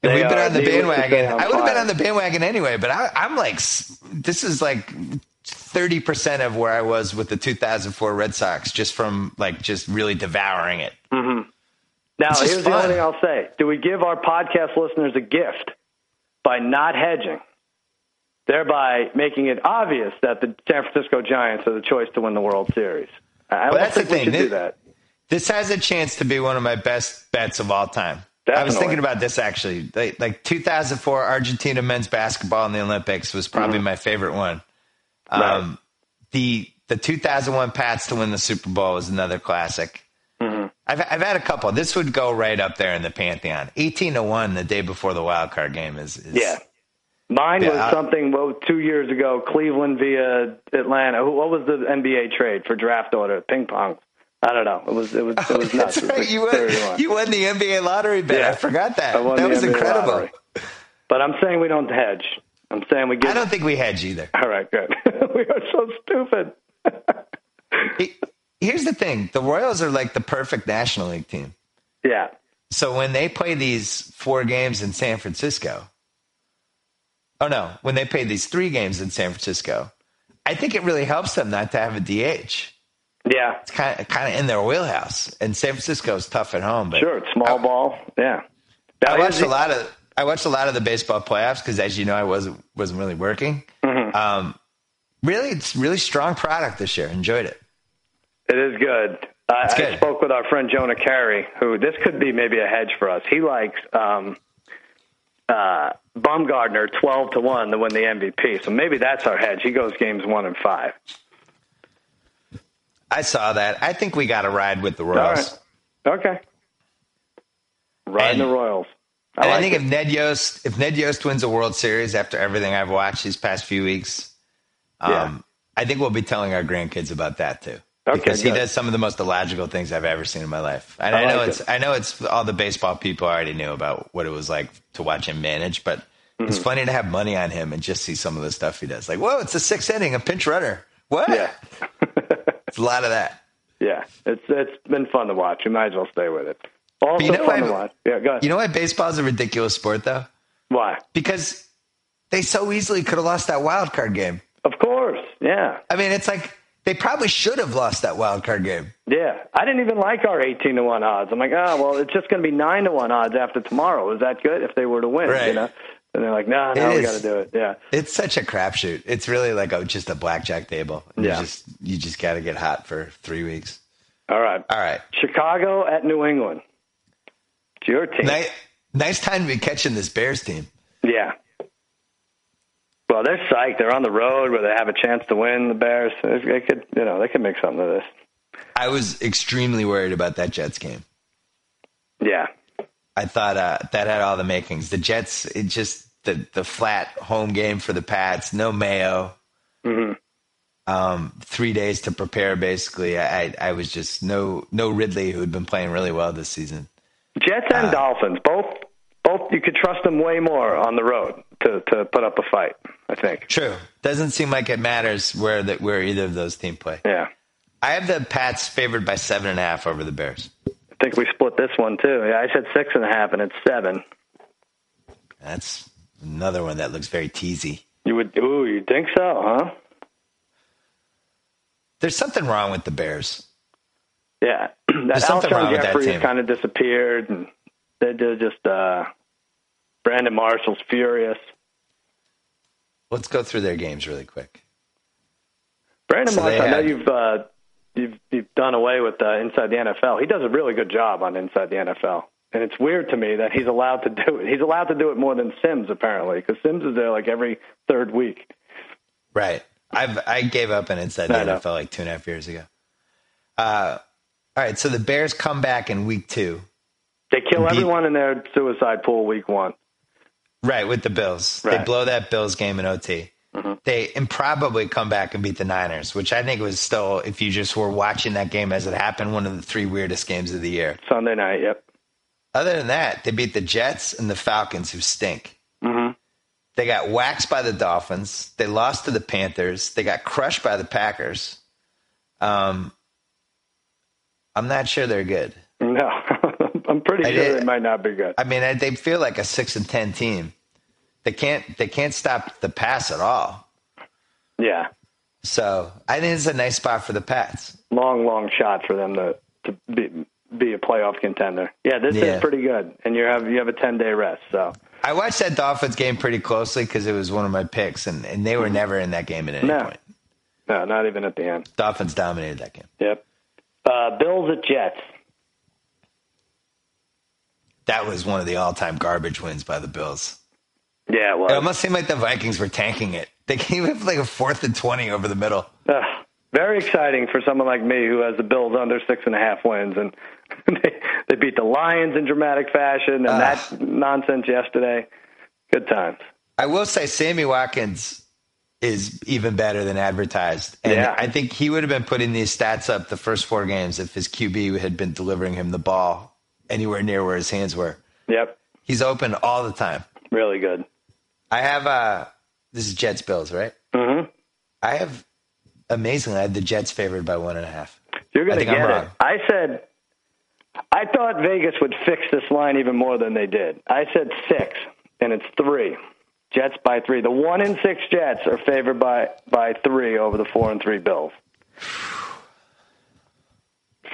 S3: And
S4: They
S3: we've been
S4: are-
S3: on the
S4: needless to say,
S3: bandwagon.
S4: on
S3: I would have been
S4: fire.
S3: on the bandwagon anyway, but I, I'm like, s- this is like 30% of where I was with the 2004 Red Sox, just from like just really devouring it.
S4: Now,
S3: It's just
S4: here's the
S3: fun.
S4: only thing I'll say. Do we give our podcast listeners a gift by not hedging, thereby making it obvious that the San Francisco Giants are the choice to win the World Series?
S3: Well,
S4: I don't
S3: that's the
S4: think we
S3: thing.
S4: should do
S3: They-
S4: that.
S3: This has a chance to be one of my best bets of all time. I was
S4: Definitely.
S3: thinking about this actually. Like, like 2004 Argentina men's basketball in the Olympics was probably
S4: Mm-hmm.
S3: my favorite one. Um, the the 2001 Pats to win the Super Bowl was another classic.
S4: Mm-hmm.
S3: I've I've had a couple. This would go right up there in the pantheon. 18 to one the day before the wild card game is, is
S4: Yeah. Mine
S3: Yeah,
S4: was
S3: I-
S4: something well, two years ago, Cleveland via Atlanta. Who- What was the NBA trade for draft order? Ping pong. I don't know. It was it was it was nuts.
S3: That's
S4: It was
S3: right. You won,
S4: like 31.
S3: you won the NBA lottery bet. I
S4: Yeah.
S3: forgot that.
S4: I won
S3: that
S4: the
S3: was
S4: NBA
S3: incredible.
S4: lottery. But I'm saying we don't hedge. I'm saying we
S3: I
S4: give
S3: don't think we hedge either.
S4: All right, good. we are so stupid.
S3: He- Here's the thing: the Royals are like the perfect National League team.
S4: yeah.
S3: So when they play these four games in San Francisco, oh no, when they play these three games in San Francisco, I think it really helps them not to have a DH
S4: Yeah.
S3: It's kind of, kind of in their wheelhouse. And San Francisco is tough at home. But
S4: Sure. It's small ball. Yeah. That
S3: I watched
S4: is-
S3: a lot of I watched a lot of the baseball playoffs because, as you know, I wasn't wasn't really working.
S4: Mm-hmm.
S3: Um, really, it's really strong product this year. Enjoyed it.
S4: It is good. I,
S3: It's
S4: I
S3: good.
S4: spoke with our friend Jonah Carey, who this could be maybe a hedge for us. He likes um, uh, Baumgartner twelve to one to win the MVP, so maybe that's our hedge. He goes games one and five.
S3: I saw that. I think we got to ride with the
S4: All
S3: Royals.
S4: right, okay. Riding
S3: And-
S4: the Royals. I,
S3: And I,
S4: like
S3: think
S4: it.
S3: if Ned Yost if Ned Yost wins a World Series after everything I've watched these past few weeks, um,
S4: Yeah.
S3: I think we'll be telling our grandkids about that too.
S4: Okay,
S3: because he
S4: good.
S3: does some of the most illogical things I've ever seen in my life. And
S4: I
S3: I, know
S4: like
S3: it's I know it's all the baseball people already knew about what it was like to watch him manage, but it's
S4: Mm-hmm.
S3: funny to have money on him and just see some of the stuff he does. Like, whoa, it's a sixth inning, a pinch runner. What?
S4: yeah,
S3: It's a lot of that.
S4: yeah, it's it's been fun to watch. You might as well stay with it. Also
S3: you know
S4: fun to
S3: what-
S4: watch. Yeah, go ahead.
S3: You know why baseball's a ridiculous sport though?
S4: Why?
S3: Because they so easily could have lost that wild card game.
S4: Of course. Yeah.
S3: I mean, it's like they probably should have lost that wild card game.
S4: Yeah, I didn't even like our eighteen to one odds. I'm like, oh well, it's just going to be nine to one odds after tomorrow. Is that good if they were to win? You
S3: Right.
S4: know, and they're like, nah, no,
S3: It
S4: we
S3: is.
S4: got to do it. Yeah,
S3: It's such a crapshoot. It's really like a, just a blackjack table. You
S4: Yeah.
S3: just you just got to get hot for three weeks.
S4: all right.
S3: All right.
S4: Chicago at New England. It's your team.
S3: Nice, nice time to be catching this Bears team.
S4: yeah. Well, they're psyched. They're on the road where they have a chance to win. The Bears, they they could, you know, they could make something of this.
S3: I was extremely worried about that Jets game.
S4: Yeah,
S3: I thought uh, that had all the makings. The Jets, it just the the flat home game for the Pats. No Mayo. Um, three days to prepare. Basically, I, I I was just no no Ridley who had been playing really well this season.
S4: Jets and
S3: Ah.
S4: Dolphins, both, both. You could trust them way more on the road to to put up a fight. I think.
S3: True. Doesn't seem like it matters where that where either of those team play.
S4: Yeah.
S3: I have the Pats favored by seven and a half over the Bears.
S4: I think we split this one too. Yeah, I said six and a half, and it's seven.
S3: That's another one that looks very teasy.
S4: You would? Ooh, you think so? Huh?
S3: There's something wrong with the Bears.
S4: Yeah. that
S3: something wrong with that
S4: Jeffrey
S3: team.
S4: kind of disappeared, and they- they're just uh, Brandon Marshall's furious.
S3: Let's go through their games really quick.
S4: Brandon
S3: So they
S4: Marshall, I know
S3: had-
S4: you've uh, you've you've done away with uh, Inside the NFL. He does a really good job on Inside the NFL, and it's weird to me that he's allowed to do it. He's allowed to do it more than Sims apparently, because Sims is there like every third week.
S3: Right. I've I gave up on inside the
S4: I know.
S3: NFL like two and a half years ago. Uh, all right. So the Bears come back in week two.
S4: They kill
S3: Beat-
S4: everyone in their suicide pool week one.
S3: Right with the Bills. They
S4: Right.
S3: blow that Bills game in OT. They improbably come back and beat the Niners, which I think was still, if you just were watching that game as it happened, one of the three weirdest games of the year.
S4: Sunday night. Yep.
S3: Other than that, they beat the Jets and the Falcons, who stink. They got waxed by the Dolphins. They lost to the Panthers. They got crushed by the Packers. Um, I'm not sure they're good.
S4: No, I'm pretty
S3: I
S4: sure
S3: did-
S4: it might not be good.
S3: I mean, I- they feel like a six and ten team. They can't. They can't stop the pass at all.
S4: yeah,
S3: So I think it's a nice spot for the Pats.
S4: long, long shot for them to to be be a playoff contender. Yeah, this
S3: Yeah.
S4: is pretty good, and you have you have a ten day rest. So
S3: I watched that Dolphins game pretty closely because it was one of my picks, and, and they were never in that game at any
S4: Mm-hmm. No.
S3: point.
S4: no, not even at the end.
S3: Dolphins dominated that game.
S4: Yep. Uh, Bills at Jets.
S3: That was one of the all-time garbage wins by the Bills.
S4: Yeah,
S3: It
S4: well,
S3: almost seemed like the Vikings were tanking it. They came up like a fourth and twenty over the middle.
S4: ugh, very exciting for someone like me who has the Bills under six and a half wins, and they they beat the Lions in dramatic fashion, and that nonsense yesterday. Good times.
S3: I will say Sammy Watkins is even better than advertised. And
S4: Yeah.
S3: I think he would have been putting these stats up the first four games if his QB had been delivering him the ball anywhere near where his hands were.
S4: Yep,
S3: He's open all the time.
S4: really good.
S3: I have uh this is Jets Bills, right? Mm-hmm. I have amazingly I had the Jets favored by one and a half.
S4: You're
S3: I
S4: going to
S3: think I'm
S4: get it.
S3: wrong.
S4: I said, I thought Vegas would fix this line even more than they did. I said six, and it's three. Jets by three. The one and six Jets are favored by by three over the four and three Bills.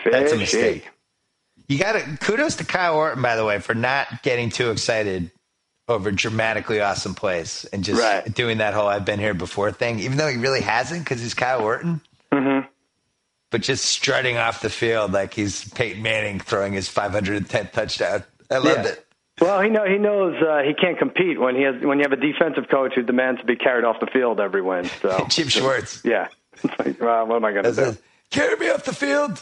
S4: Shake,
S3: That's a
S4: shake.
S3: mistake. You got to kudos to Kyle Orton, by the way, for not getting too excited over dramatically awesome plays and just
S4: Right.
S3: doing that whole "I've been here before" thing, even though he really hasn't because he's Kyle Orton.
S4: Mm-hmm.
S3: But just strutting off the field like he's Peyton Manning throwing his 510th touchdown. I loved
S4: Yeah.
S3: it.
S4: Well, he know he knows uh, he can't compete when he has when you have a defensive coach who demands to be carried off the field every win. So
S3: Chip Schwartz.
S4: yeah, it's like, well, what am I going to
S3: That's
S4: do?
S3: it. Carry me off the field.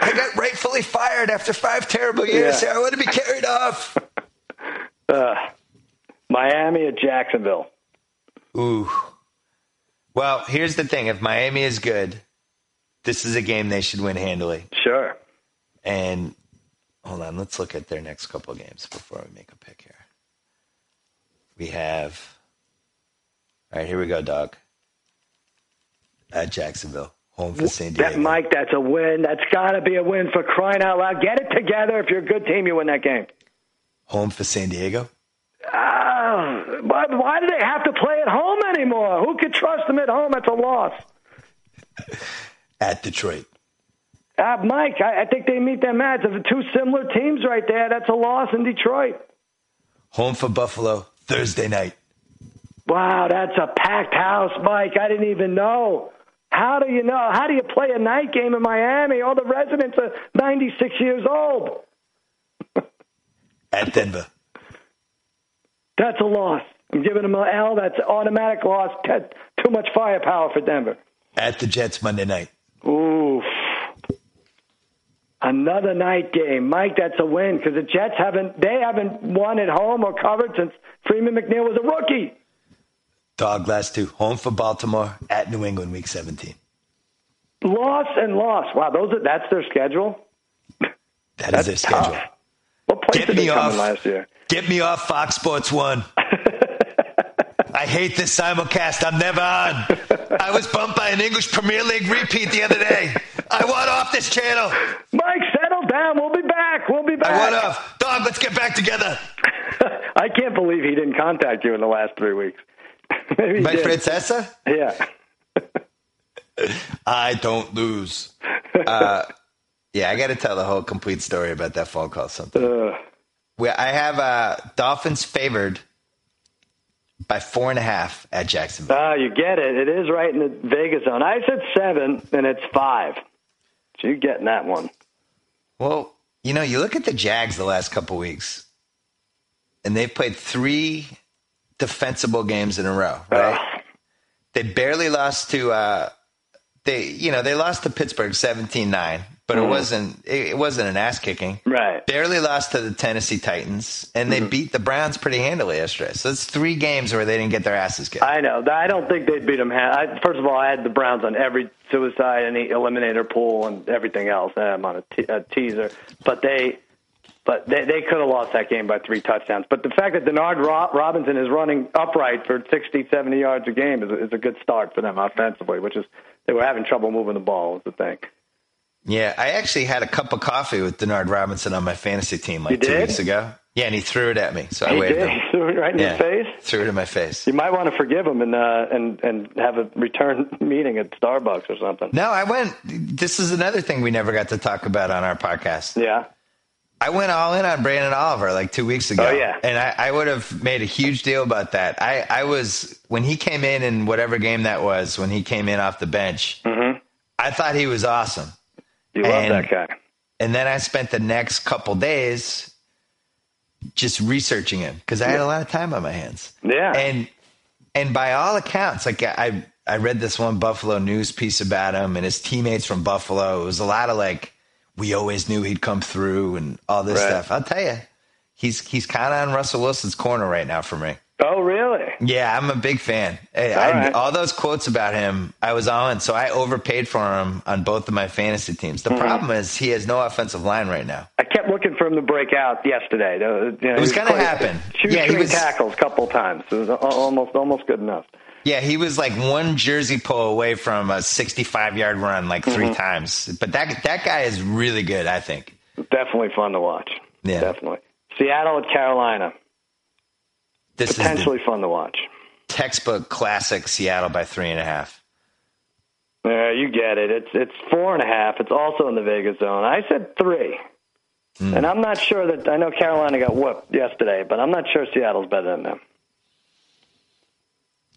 S3: I got rightfully fired after five terrible years.
S4: Yeah.
S3: I want to be carried off.
S4: Miami at Jacksonville.
S3: Ooh. Well, here's the thing: if Miami is good, this is a game they should win handily.
S4: Sure.
S3: And hold on, let's look at their next couple games before we make a pick here. We have. All right, here we go, dog. At Jacksonville, home for San Diego.
S4: That, Mike, that's a win. That's got to be a win for crying out loud. Get it together. If you're a good team, you win that game.
S3: home for San Diego.
S4: Oh, why, why do they have to play at home anymore? Who could trust them at home? That's a loss.
S3: At Detroit.
S4: Uh, Mike, I, I think they meet their match. Of the two similar teams right there, that's a loss in Detroit.
S3: Home for Buffalo Thursday night.
S4: Wow, that's a packed house, Mike. I didn't even know. How do you know? How do you play a night game in Miami? All the residents are 96 years old.
S3: At Denver.
S4: That's a loss. I'm giving them an L. That's an automatic loss. Te- Too much firepower for Denver.
S3: At the Jets Monday night.
S4: Oof. Another night game, Mike. That's a win because the Jets haven't they haven't won at home or covered since Freeman McNeil was a rookie.
S3: Dog last two. Home for Baltimore. At New England, week 17.
S4: Loss and loss. Wow, those are, that's their schedule.
S3: that's
S4: That's
S3: their schedule.
S4: tough. What place
S3: Get
S4: did they
S3: me
S4: come
S3: off.
S4: in last year?
S3: Get me off Fox Sports One. I hate this simulcast. I'm never on. I was bumped by an English Premier League repeat the other day. I want off this channel.
S4: Mike, settle down. We'll be back. We'll be
S3: I want
S4: back.
S3: off. Dog, let's get back together.
S4: I can't believe he didn't contact you in the last three weeks. Maybe he
S3: My
S4: did.
S3: princessa,
S4: Yeah.
S3: I don't lose. Uh, yeah, I got to tell the whole complete story about that phone call sometime.
S4: Ugh.
S3: We, I have uh, Dolphins favored by four and a half at Jacksonville.
S4: Ah, you get it. It is right in the Vegas zone. I said seven, and it's five. So you're getting that one.
S3: Well, you know, you look at the Jags the last couple weeks, and they've played three defensible games in a row, right?
S4: Ugh.
S3: They barely lost to uh they you know, they lost to Pittsburgh 17-9, but it wasn't it, it wasn't an ass kicking.
S4: Mm-hmm. Right. Mm-hmm.
S3: Barely lost to the Tennessee Titans, and they beat the Browns pretty handily yesterday. So it's three games where they didn't get their asses kicked.
S4: I know. I don't think they'd beat them. Ha- I, first of all, I had the Browns on every suicide, any eliminator pool, and everything else. I had them on a, te- a teaser, but they, but they, they could have lost that game by three touchdowns. But the fact that Denard Ro- Robinson is running upright for 60, 70 yards a game is, is a good start for them offensively, which is they were having trouble moving the ball. Was the thing.
S3: yeah, I actually had a cup of coffee with Denard Robinson on my fantasy team like
S4: You
S3: two
S4: did?
S3: weeks ago. Yeah, and he threw it at me, so I
S4: He
S3: waved
S4: did.
S3: him.
S4: He threw it right in
S3: Yeah,
S4: your face.
S3: threw it in my face.
S4: You might want to forgive him and uh, and and have a return meeting at Starbucks or something.
S3: No, I went. This is another thing we never got to talk about on our podcast.
S4: Yeah.
S3: I went all in on Brandon Oliver like two weeks ago.
S4: Oh, yeah.
S3: and I, I would have made a huge deal about that. I, I was when he came in in whatever game that was when he came in off the bench.
S4: Mm-hmm.
S3: I thought he was awesome,
S4: You love
S3: And-
S4: that guy.
S3: and then I spent the next couple days just researching him because I had a lot of time on my hands.
S4: Yeah.
S3: and and by all accounts, like I I read this one Buffalo news piece about him and his teammates from Buffalo. It was a lot of like we always knew he'd come through and all this
S4: Right.
S3: stuff. I'll tell you, he's he's kind of on Russell Wilson's corner right now for me.
S4: oh, really?
S3: Yeah, I'm a big fan. Hey, I,
S4: All right.
S3: all those quotes about him, I was on, so I overpaid for him on both of my fantasy teams.
S4: Mm-hmm.
S3: The problem is he has no offensive line right now.
S4: I kept looking for him to break out yesterday. Uh, You know,
S3: It was gonna
S4: quite-
S3: happen.
S4: Shoestring
S3: Yeah, he was-
S4: tackles a couple times. It was al- almost almost good enough.
S3: Yeah, he was like one jersey pull away from a 65 yard run like 3
S4: Mm-hmm.
S3: times. But that that guy is really good, I think.
S4: Definitely fun to watch.
S3: Yeah.
S4: Definitely. Seattle at Carolina.
S3: This is
S4: Potentially
S3: the
S4: fun to watch.
S3: textbook classic Seattle by three and a half.
S4: Yeah, you get it. It's it's four and a half. It's also in the Vegas zone. I said three,
S3: Hmm.
S4: and I'm not sure that I know Carolina got whooped yesterday, but I'm not sure Seattle's better than them.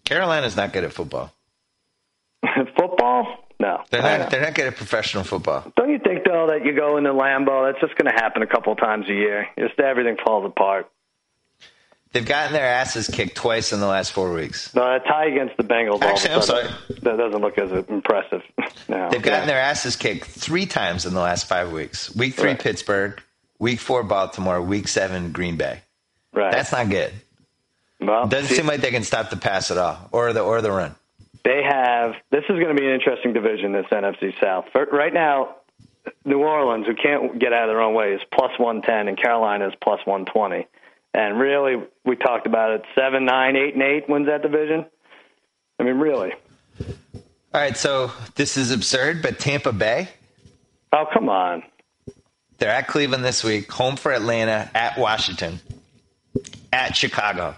S3: Carolina's not good at football.
S4: Football? No,
S3: They're
S4: I
S3: not. They're not good at professional football.
S4: Don't you think though that you go into Lambeau, that's just going to happen a couple times a year. Just everything falls apart.
S3: They've gotten their asses kicked twice in the last four weeks.
S4: No, a tie against the Bengals. all of a
S3: Actually, I'm
S4: sudden,
S3: sorry.
S4: That doesn't look as impressive. No.
S3: They've gotten their asses kicked three times in the last five weeks. Week three,
S4: Right.
S3: Pittsburgh. Week four, Baltimore. Week seven, Green Bay.
S4: right.
S3: That's not good.
S4: well,
S3: Doesn't
S4: see,
S3: seem like they can stop the pass at all, or the or the run.
S4: they have. This is going to be an interesting division. This NFC South. For, right now, New Orleans, who can't get out of their own way, is plus one ten, and Carolina is plus one twenty. And really, we talked about it. Seven, nine, eight, and eight wins that division. I mean, really.
S3: All right, so this is absurd, but Tampa Bay.
S4: Oh, come on.
S3: They're at Cleveland this week, home for Atlanta, at Washington, at Chicago.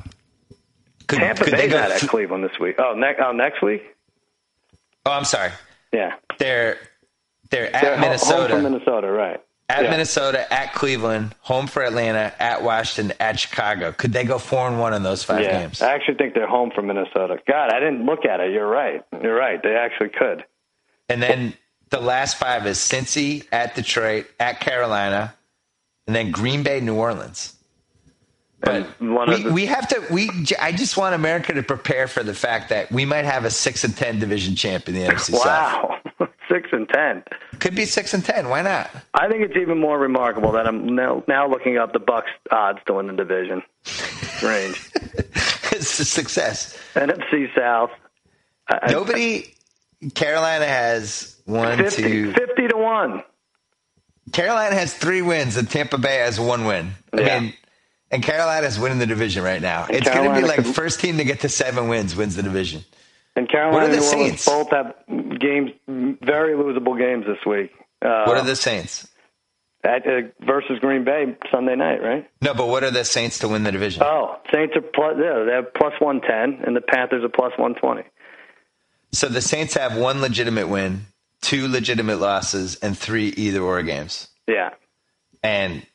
S3: Could,
S4: Tampa
S3: could they
S4: Bay's
S3: go
S4: not at
S3: th-
S4: Cleveland this week. Oh, ne- oh next week?
S3: oh, I'm sorry.
S4: Yeah.
S3: They're they're at
S4: They're ho-
S3: Minnesota,
S4: Home from Minnesota, right.
S3: at
S4: yeah.
S3: Minnesota, at Cleveland, home for Atlanta, at Washington, at Chicago. Could they go four and one in those five
S4: Yeah.
S3: games?
S4: I actually think they're home from Minnesota. God, I didn't look at it. You're right. You're right. They actually could.
S3: And then the last five is Cincy at Detroit, at Carolina, and then Green Bay, New Orleans. But
S4: And one
S3: we,
S4: of the-
S3: we have to. We I just want America to prepare for the fact that we might have a six and ten division champ in the NFC South.
S4: Wow. Six and ten.
S3: Could be six and ten. Why not?
S4: I think it's even more remarkable that I'm now, now looking up the Bucks odds to win the division. Strange.
S3: it's a success.
S4: NFC South. I-
S3: Nobody. Carolina has one,
S4: 50,
S3: two.
S4: 50 to one.
S3: Carolina has three wins, and Tampa Bay has one win. I
S4: Yeah.
S3: mean, and Carolina's winning the division right now.
S4: And
S3: it's going to be
S4: Carolina
S3: like
S4: could-
S3: first team to get to seven wins wins the division.
S4: And Carolina
S3: What are
S4: and
S3: the
S4: New Orleans
S3: Saints?
S4: both have games, very losable games this week. Uh,
S3: What are the Saints?
S4: at, uh, versus Green Bay Sunday night, right?
S3: No, but what are the Saints to win the division?
S4: Oh, Saints are plus. Yeah, they have plus one ten, and the Panthers are plus one twenty.
S3: So the Saints have one legitimate win, two legitimate losses, and three either or games.
S4: Yeah,
S3: And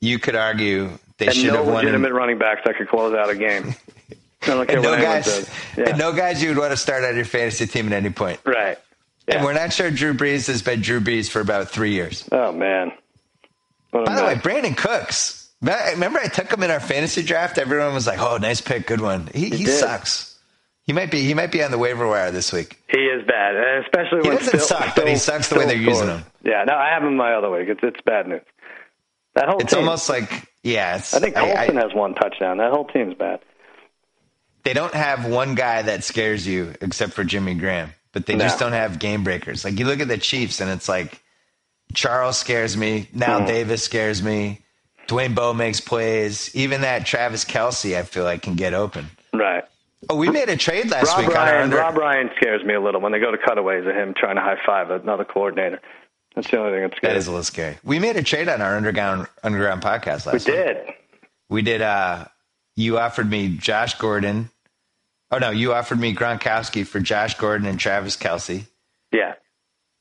S3: you could argue they
S4: and
S3: should
S4: no
S3: have won.
S4: legitimate running backs that could close out a game. I don't care
S3: and no
S4: what anyone
S3: guys,
S4: says. Yeah.
S3: and no guys you would want to start on your fantasy team at any point.
S4: right.
S3: And we're not sure Drew Brees has been Drew Brees for about three years.
S4: Oh man. What a
S3: By the way,
S4: mess.
S3: Brandon Cooks. Remember, I took him in our fantasy draft. Everyone was like, "Oh, nice pick, good one." He, he
S4: did.
S3: sucks. He might be he might be on the waiver wire this week.
S4: he is bad, and especially when
S3: doesn't
S4: Phil-
S3: suck, but he
S4: Phil-
S3: sucks the way
S4: Phil
S3: they're using
S4: scores.
S3: him.
S4: Yeah, no, I have him my other week. It's it's bad news. That whole
S3: It's
S4: team,
S3: almost like yeah. It's,
S4: I think Colson
S3: I-
S4: has one touchdown. That whole team's bad.
S3: they don't have one guy that scares you except for Jimmy Graham, but they
S4: No.
S3: just don't have game breakers. Like you look at the Chiefs and it's like Charles scares me,
S4: Mm.
S3: now Davis scares me, Dwayne Bowe makes plays, even that Travis Kelsey I feel like can get open.
S4: Right.
S3: Oh, we made a trade last
S4: Rob
S3: week on our
S4: Ryan,
S3: under.
S4: Rob Ryan scares me a little when they go to cutaways of him trying to high five another coordinator. That's the only thing that scares
S3: That is a little scary. We made a trade on our underground underground podcast last
S4: me. We
S3: week.
S4: did.
S3: We did uh you offered me Josh Gordon. Oh no, you offered me Gronkowski for Josh Gordon and Travis Kelsey.
S4: Yeah.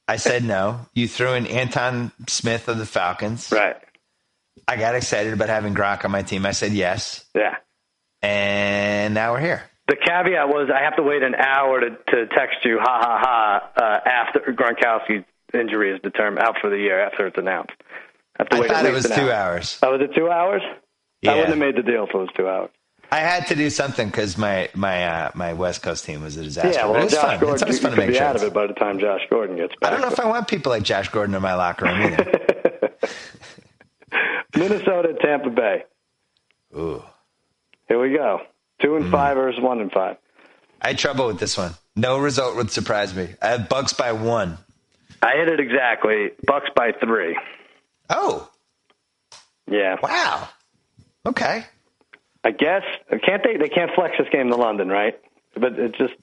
S3: I said no. You threw in Anton Smith of the Falcons.
S4: Right.
S3: I got excited about having Gronk on my team. I said yes.
S4: Yeah.
S3: And now we're here.
S4: The caveat was I have to wait an hour to, to text you, ha ha ha, uh, after Gronkowski's injury is determined out for the year after it's announced. I, have to
S3: I
S4: wait at
S3: thought it
S4: least
S3: was
S4: an
S3: two
S4: hour.
S3: hours.
S4: Oh, was it two hours?
S3: Yeah.
S4: I wouldn't have made the deal if it was two hours.
S3: I had to do something because my my uh, my West Coast team was a disaster.
S4: Yeah,
S3: But
S4: well,
S3: it was
S4: Josh
S3: fun. it's
S4: Gordon,
S3: always
S4: you
S3: fun to
S4: could
S3: make
S4: be out
S3: trades.
S4: of it by the time Josh Gordon gets back.
S3: I don't know if I want people like Josh Gordon in my locker room either.
S4: Minnesota, Tampa Bay.
S3: Ooh. Hmm.
S4: Here we go. Two and five versus one and five.
S3: I had trouble with this one. No result would surprise me. I had Bucks by one.
S4: I hit it exactly. Bucks by three.
S3: Oh,
S4: Yeah.
S3: wow. Okay.
S4: I guess can't they? They can't flex this game to London, right? But it just.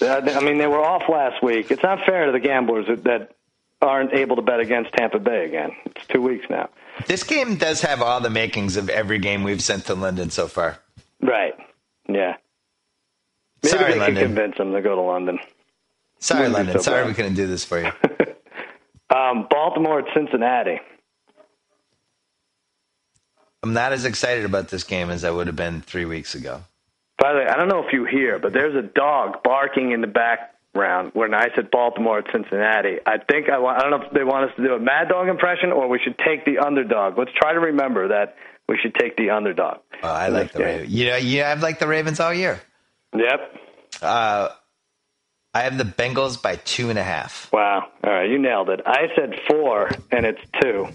S4: I mean, they were off last week. It's not fair to the gamblers that, that aren't able to bet against Tampa Bay again. It's two weeks now.
S3: This game does have all the makings of every game we've sent to London so far.
S4: Right. Yeah. Maybe
S3: Sorry,
S4: they
S3: London.
S4: can convince them to go to London.
S3: Sorry,
S4: Wouldn't be
S3: London.
S4: so
S3: Sorry
S4: bad.
S3: we couldn't do this for you.
S4: Um, Baltimore at Cincinnati.
S3: I'm not as excited about this game as I would have been three weeks ago.
S4: By the way, I don't know if you hear, but there's a dog barking in the background when I said Baltimore at Cincinnati. I think I, want, I don't know if they want us to do a mad dog impression or we should take the underdog. Let's try to remember that we should take the underdog.
S3: Oh, I
S4: in
S3: like
S4: this
S3: the
S4: game.
S3: Ravens. You know, yeah, I've liked the Ravens all year.
S4: Yep.
S3: I have the Bengals by two and a half.
S4: Wow. All right, you nailed it. I said four, and it's two.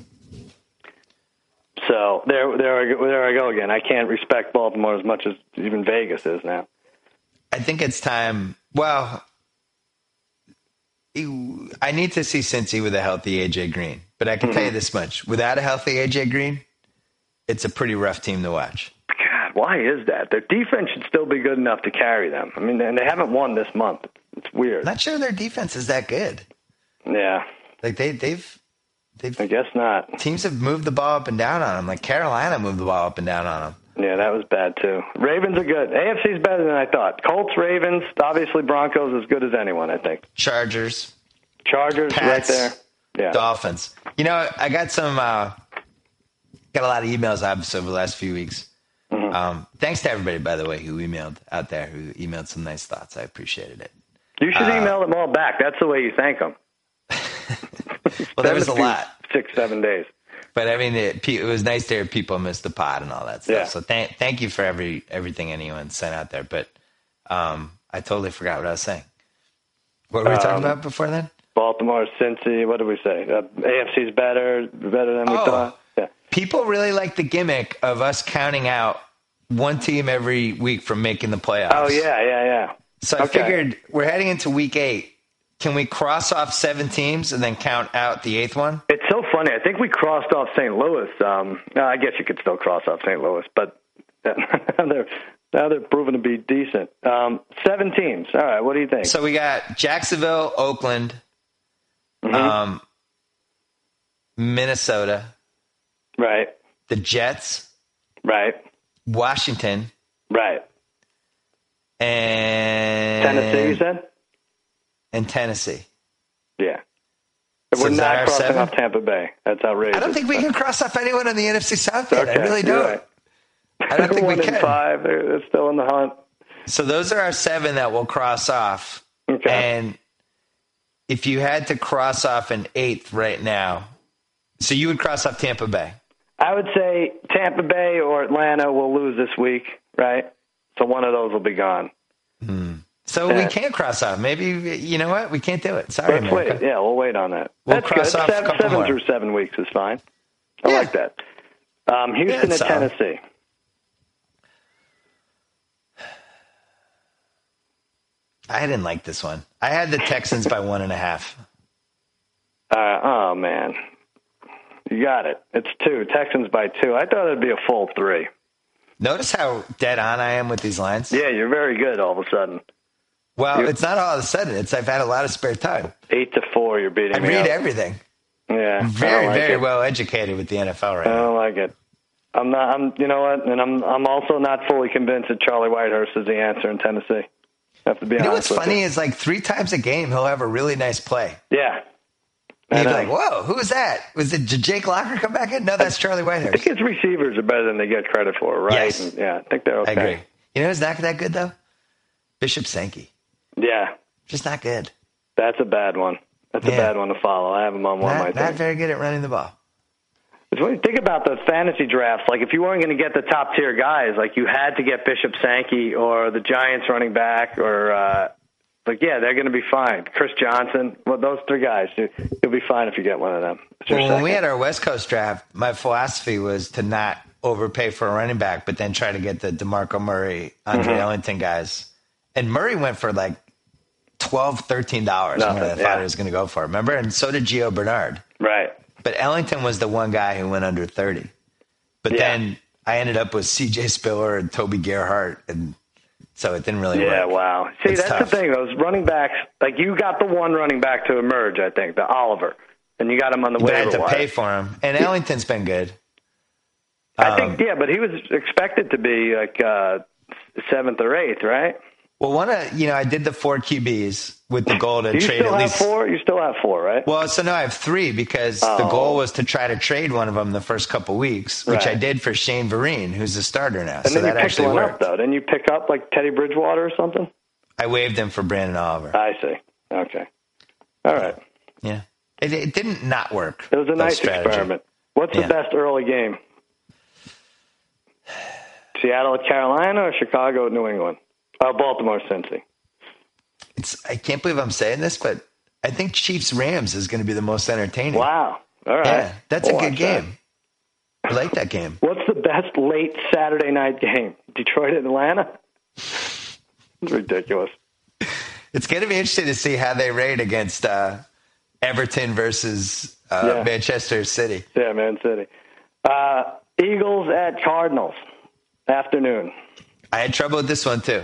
S4: So there, there, I go, there I go again. I can't respect Baltimore as much as even Vegas is now.
S3: I think it's time. Well, you- I need to see Cincy with a healthy AJ Green, but I can tell you this much: without a healthy AJ Green, it's a pretty rough team to watch.
S4: God, why is that? Their defense should still be good enough to carry them. I mean, and they haven't won this month. It's weird.
S3: Not sure their defense is that good.
S4: Yeah,
S3: Like they, they've, they've
S4: I guess not.
S3: teams have moved the ball up and down on them. Like Carolina moved the ball up and down on them.
S4: Yeah, that was bad too. Ravens are good. AFC's better than I thought. Colts, Ravens, obviously Broncos as good as anyone. I think
S3: Chargers,
S4: Chargers right
S3: Pats,
S4: there. Yeah,
S3: Dolphins. You know, I got some uh, got a lot of emails obviously over the last few weeks.
S4: Mm-hmm.
S3: Um, thanks to everybody, by the way, who emailed out there, who emailed some nice thoughts. I appreciated it.
S4: you should
S3: Uh,
S4: email them all back. That's the way you thank them.
S3: Well, there was a lot,
S4: Six, seven days.
S3: but I mean, it, pe- it was nice to hear people miss the pod and all that stuff.
S4: Yeah.
S3: So thank thank you for every everything anyone sent out there. But um, I totally forgot what I was saying. What were we
S4: Um,
S3: talking about before then?
S4: Baltimore, Cincy. What did we say? Uh, AFC's better, better than we
S3: Oh.
S4: thought. Yeah.
S3: People really like the gimmick of us counting out one team every week from making the playoffs.
S4: Oh yeah, yeah, yeah.
S3: So I
S4: Okay.
S3: figured we're heading into week eight. Can we cross off seven teams and then count out the eighth one?
S4: It's so funny. I think we crossed off St. Louis. Um, no, I guess you could still cross off St. Louis, but now they're now they're proven to be decent. Um, seven teams. All right. What do you think?
S3: So we got Jacksonville, Oakland,
S4: Mm-hmm.
S3: um, Minnesota,
S4: right.
S3: the Jets,
S4: Right.
S3: Washington,
S4: Right.
S3: and
S4: Tennessee. You said.
S3: and Tennessee.
S4: Yeah.
S3: So
S4: We're
S3: is that
S4: not
S3: our
S4: crossing
S3: seven?
S4: off Tampa Bay. That's outrageous.
S3: I don't think we can cross off anyone on the NFC South yet. I
S4: Okay,
S3: really
S4: you're
S3: don't.
S4: right.
S3: I don't think we
S4: One and
S3: can.
S4: five. They're, they're still in the hunt.
S3: So those are our seven that we'll cross off.
S4: Okay.
S3: And if you had to cross off an eighth right now, so you would cross off Tampa Bay.
S4: I would say Tampa Bay or Atlanta will lose this week, right? So one of those will be gone.
S3: So we can't cross off. Maybe you know what? We can't do it. Sorry,
S4: Let's wait.
S3: America.
S4: Yeah, we'll wait on that.
S3: We'll
S4: That's
S3: cross
S4: good.
S3: off a
S4: seven,
S3: couple
S4: seven
S3: more.
S4: through seven weeks is fine. I
S3: Yeah. uh,
S4: like that. Um, Houston
S3: Yeah,
S4: at
S3: so-
S4: Tennessee.
S3: I didn't like this one. I had the Texans by one and a half.
S4: Uh, oh man, you got it. It's two Texans by two. I thought it'd be a full three.
S3: Notice how dead on I am with these lines.
S4: Yeah, you're very good. All of a sudden,
S3: Well,
S4: You-
S3: it's not all of a sudden. It's I've had a lot of spare time.
S4: eight to four, you're beating
S3: I
S4: me.
S3: read
S4: up.
S3: everything.
S4: yeah, I don't
S3: Very,
S4: like
S3: very
S4: it. Oh,
S3: well educated with the NFL right
S4: I
S3: now.
S4: don't like it. I'm not. I'm. You know what? And I'm. I'm also not fully convinced that Charlie Whitehurst is the answer in Tennessee. I have to be
S3: You know what's
S4: honest. with
S3: funny is like three times a game he'll have a really nice play.
S4: you. Yeah.
S3: And
S4: I
S3: you'd be
S4: know.
S3: like, "Whoa, who was that? Was it did Jake Locker come back in? No, that's Charlie
S4: I think
S3: Whitehurse."
S4: his receivers are better than they get credit for, right?
S3: Yes.
S4: And, yeah, I think they're
S3: I
S4: okay.
S3: agree. You know who's not that good though? Bishop Sankey,
S4: Yeah,
S3: just not good.
S4: that's a bad one. That's a
S3: Yeah.
S4: bad one to follow. I have him on one.
S3: Not,
S4: I
S3: not
S4: think.
S3: very good at running the ball.
S4: It's when you think about the fantasy drafts, like if you weren't going to get the top tier guys, like you had to get Bishop Sankey or the Giants running back, or uh, like yeah, they're going to be fine. Chris Johnson, well, those three guys, you, you'll be fine if you get one of them. It's your
S3: Well, when we
S4: second.
S3: had our West Coast draft, my philosophy was to not overpay for a running back, but then try to get the DeMarco Murray, Andre
S4: Mm-hmm.
S3: Ellington guys. And Murray went for like 12 dollars more than I
S4: Nothing,
S3: thought
S4: yeah.
S3: he was going to go for. Remember? And so did Gio Bernard.
S4: right.
S3: But Ellington was the one guy who went under 30. But
S4: Yeah.
S3: then I ended up with CJ Spiller and Toby Gerhart, And so it didn't really
S4: Yeah,
S3: work.
S4: wow. See,
S3: It's
S4: that's
S3: tough.
S4: the thing. Those running backs, like you got the one running back to emerge, I think, the Oliver, and you got him on the
S3: But I had
S4: waiver
S3: to
S4: wire.
S3: pay for him. And Ellington's been good.
S4: I think, yeah, but he was expected to be like uh, seventh or eighth, right?
S3: Well, one of you know, I did the four QBs with the goal to
S4: Do you
S3: trade
S4: still
S3: at
S4: have
S3: least.
S4: four? You still have four, right?
S3: Well, so now I have three because the
S4: Oh.
S3: goal was to try to trade one of them the first couple weeks, which
S4: Right.
S3: I did for Shane Vereen, who's a starter now.
S4: and
S3: so
S4: then
S3: that
S4: you picked
S3: actually
S4: one
S3: worked.
S4: up though. Then you pick up like Teddy Bridgewater or something.
S3: I waived him for Brandon Oliver.
S4: I see. Okay. All right.
S3: yeah, it, it didn't not work.
S4: It was a
S3: that
S4: nice
S3: strategy.
S4: experiment. What's
S3: Yeah.
S4: the best early game? Seattle at Carolina or Chicago at New England? Uh, Baltimore Cincy.
S3: It's I can't believe I'm saying this, but I think Chiefs Rams is going to be the most entertaining.
S4: Wow. All right.
S3: Yeah, that's
S4: We'll
S3: a good
S4: watch that.
S3: game. I like that game.
S4: What's the best late Saturday night game? Detroit at Atlanta? It's ridiculous.
S3: It's going to be interesting to see how they rate against uh, Everton versus uh,
S4: Yeah.
S3: Manchester City.
S4: Yeah, Man City. Uh, Eagles at Cardinals. Afternoon.
S3: I had trouble with this one too.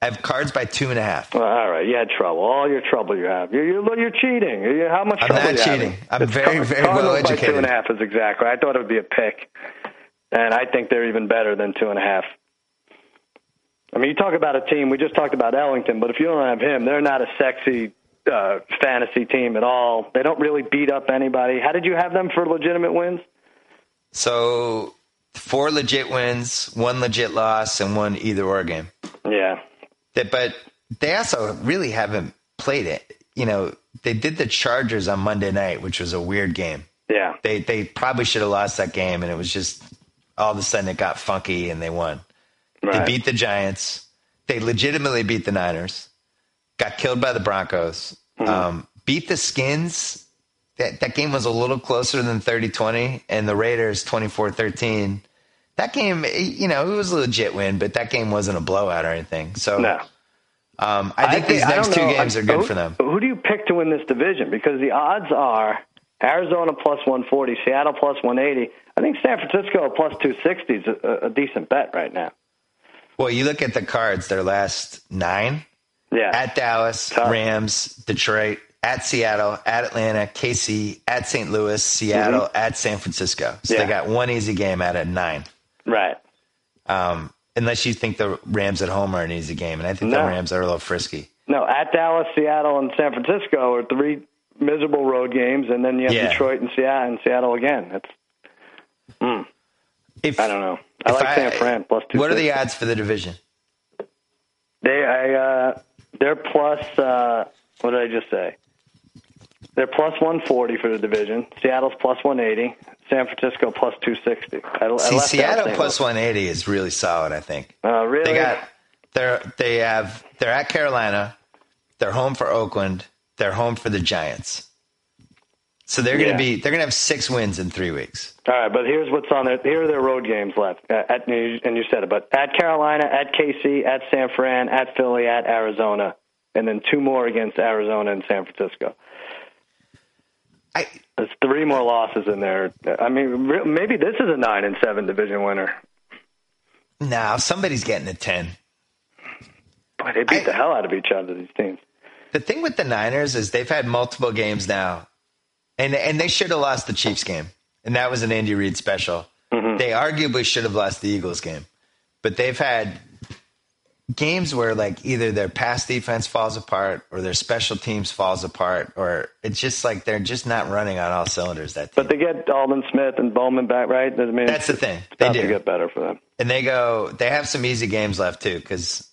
S3: I have cards by two and a half.
S4: Well, all right, you had trouble. All your trouble you have. You're, you're, you're cheating. You- How much
S3: I'm
S4: trouble
S3: not
S4: you having?
S3: cheating. I'm very,
S4: Car-
S3: very
S4: Cardinals
S3: well
S4: By two and
S3: educated.
S4: a half is exactly. I thought it would be a pick, and I think they're even better than two and a half. I mean, you talk about a team. We just talked about Ellington, but if you don't have him, they're not a sexy uh, fantasy team at all. They don't really beat up anybody. How did you have them for legitimate wins?
S3: So four legit wins, one legit loss, and one either or game.
S4: Yeah,
S3: That, but they also really haven't played it. You know, they did the Chargers on Monday night, which was a weird game.
S4: yeah.
S3: They they probably should have lost that game, and it was just all of a sudden it got funky and they won. They
S4: Right.
S3: beat the Giants. They legitimately beat the Niners. Got killed by the Broncos.
S4: Mm-hmm.
S3: Um, beat the Skins. That, that game was a little closer than 30 20, and the Raiders 24 13. That game, it- you know, it was a legit win, but that game wasn't a blowout or anything. So
S4: no.
S3: um, I think these
S4: I
S3: next
S4: don't
S3: two
S4: know.
S3: games are
S4: I-
S3: good
S4: who-
S3: for them.
S4: Who do you pick to win this division? Because the odds are Arizona plus 140, Seattle plus 180. I think San Francisco plus 260 is a, a decent bet right now.
S3: Well, you look at the cards, their last nine
S4: Yeah.
S3: at Dallas,
S4: Tough.
S3: Rams, Detroit, at Seattle, at Atlanta, KC, at St. Louis, Seattle, at San Francisco. So
S4: Mm-hmm. Yeah.
S3: they got one easy game out of nine.
S4: right.
S3: Um, unless you think the Rams at home are an easy game, and I think the
S4: No.
S3: Rams are a little frisky.
S4: No, at Dallas, Seattle, and San Francisco are three miserable road games, and then you have
S3: Yeah.
S4: Detroit and Seattle, and Seattle again. That's
S3: If
S4: I don't know. I
S3: if
S4: like San Fran plus two.
S3: What are the odds for the division?
S4: They I uh they're plus uh what did I just say? They're plus one forty for the division. Seattle's plus one eighty. San Francisco plus two sixty. I, I
S3: See,
S4: left out
S3: Seattle
S4: St.
S3: plus one eighty is really solid. I think
S4: Louis. Uh, really?
S3: they got they're they have they're at Carolina, they're home for Oakland, they're home for the Giants. So they're
S4: Yeah.
S3: gonna be they're gonna have six wins in three weeks.
S4: All right, but here's what's on there. Here are their road games left. Uh, at and you said it, but at Carolina, at KC, at San Fran, at Philly, at Arizona, and then two more against Arizona and San Francisco.
S3: I
S4: There's three more losses in there. I mean, re- maybe this is a nine and seven division winner.
S3: now somebody's getting a ten.
S4: Boy, they beat
S3: I-
S4: the hell out of each other. These teams.
S3: The thing with the Niners is they've had multiple games now, and and they should have lost the Chiefs game, and that was an Andy Reid special. They arguably should have lost the Eagles game, but they've had games where like either their pass defense falls apart or their special teams falls apart, or it's just like they're just not running on all cylinders. That team.
S4: But they get Alden Smith and Bowman back, right? I mean,
S3: that's the thing
S4: They
S3: they
S4: to
S3: do,
S4: get better for them.
S3: and they go they have some easy games left too because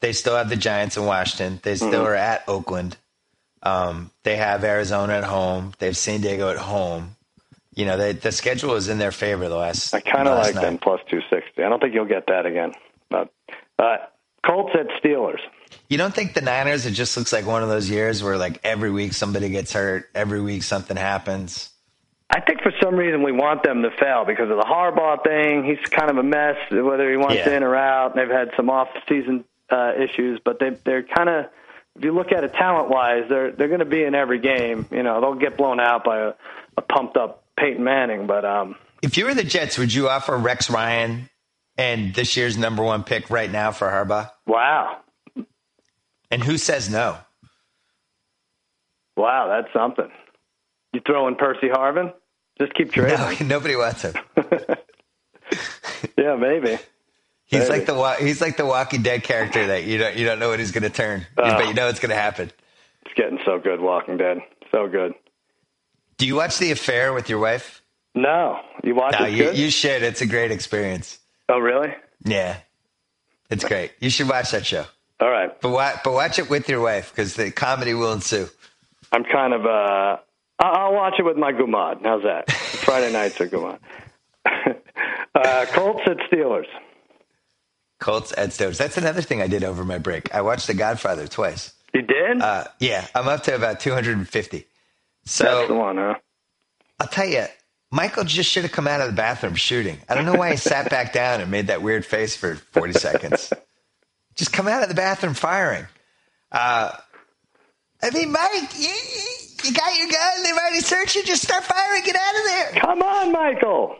S3: they still have the Giants in Washington. They still
S4: Mm-hmm.
S3: are at Oakland. Um, they have Arizona at home. They have San Diego at home. You know, they, the schedule is in their favor the last.
S4: I kind of
S3: last
S4: like them
S3: night.
S4: plus two sixty. I don't think you'll get that again. But uh, Colts at Steelers.
S3: You don't think the Niners? It just looks like one of those years where like every week somebody gets hurt, every week something happens.
S4: I think for some reason we want them to fail because of the Harbaugh thing. He's kind of a mess, whether he wants
S3: Yeah.
S4: in or out. They've had some off-season uh, issues, but they, they're kind of, if you look at it talent-wise, they're they're going to be in every game. You know, they'll get blown out by a, a pumped-up Peyton Manning, but um,
S3: If you were the Jets, would you offer Rex Ryan and this year's number one pick right now for Harbaugh?
S4: wow,
S3: And who says no?
S4: Wow, that's something. You throw in Percy Harvin? Just keep trading.
S3: No, nobody wants him.
S4: Yeah, maybe.
S3: He's like the wa- he's like the Walking Dead character that you don't you don't know what he's going to turn,
S4: Oh.
S3: but you know it's going to happen.
S4: It's getting so good, Walking Dead. So good.
S3: Do you watch The Affair with your wife?
S4: No, you watch
S3: No,
S4: it.
S3: you,
S4: good?
S3: you should. It's a great experience.
S4: oh, really?
S3: Yeah, it's great. You should watch that show,
S4: All right.
S3: but watch, but watch it with your wife because the comedy will ensue.
S4: I'm kind of. Uh, I- I'll watch it with my Gumad. How's that? Friday nights are Gumad. uh, Colts at Steelers.
S3: Colts at Steelers. That's another thing I did over my break. I watched The Godfather twice.
S4: You did?
S3: Uh, yeah, I'm up to about 250.
S4: That's the
S3: So
S4: one, huh?
S3: I'll tell you, Michael just should have come out of the bathroom shooting. I don't know why he sat back down and made that weird face for 40 seconds. Just come out of the bathroom firing. Uh, I mean, Mike, you, you- you got your gun. They've already searched you. Just start firing. Get out of there.
S4: Come on, Michael.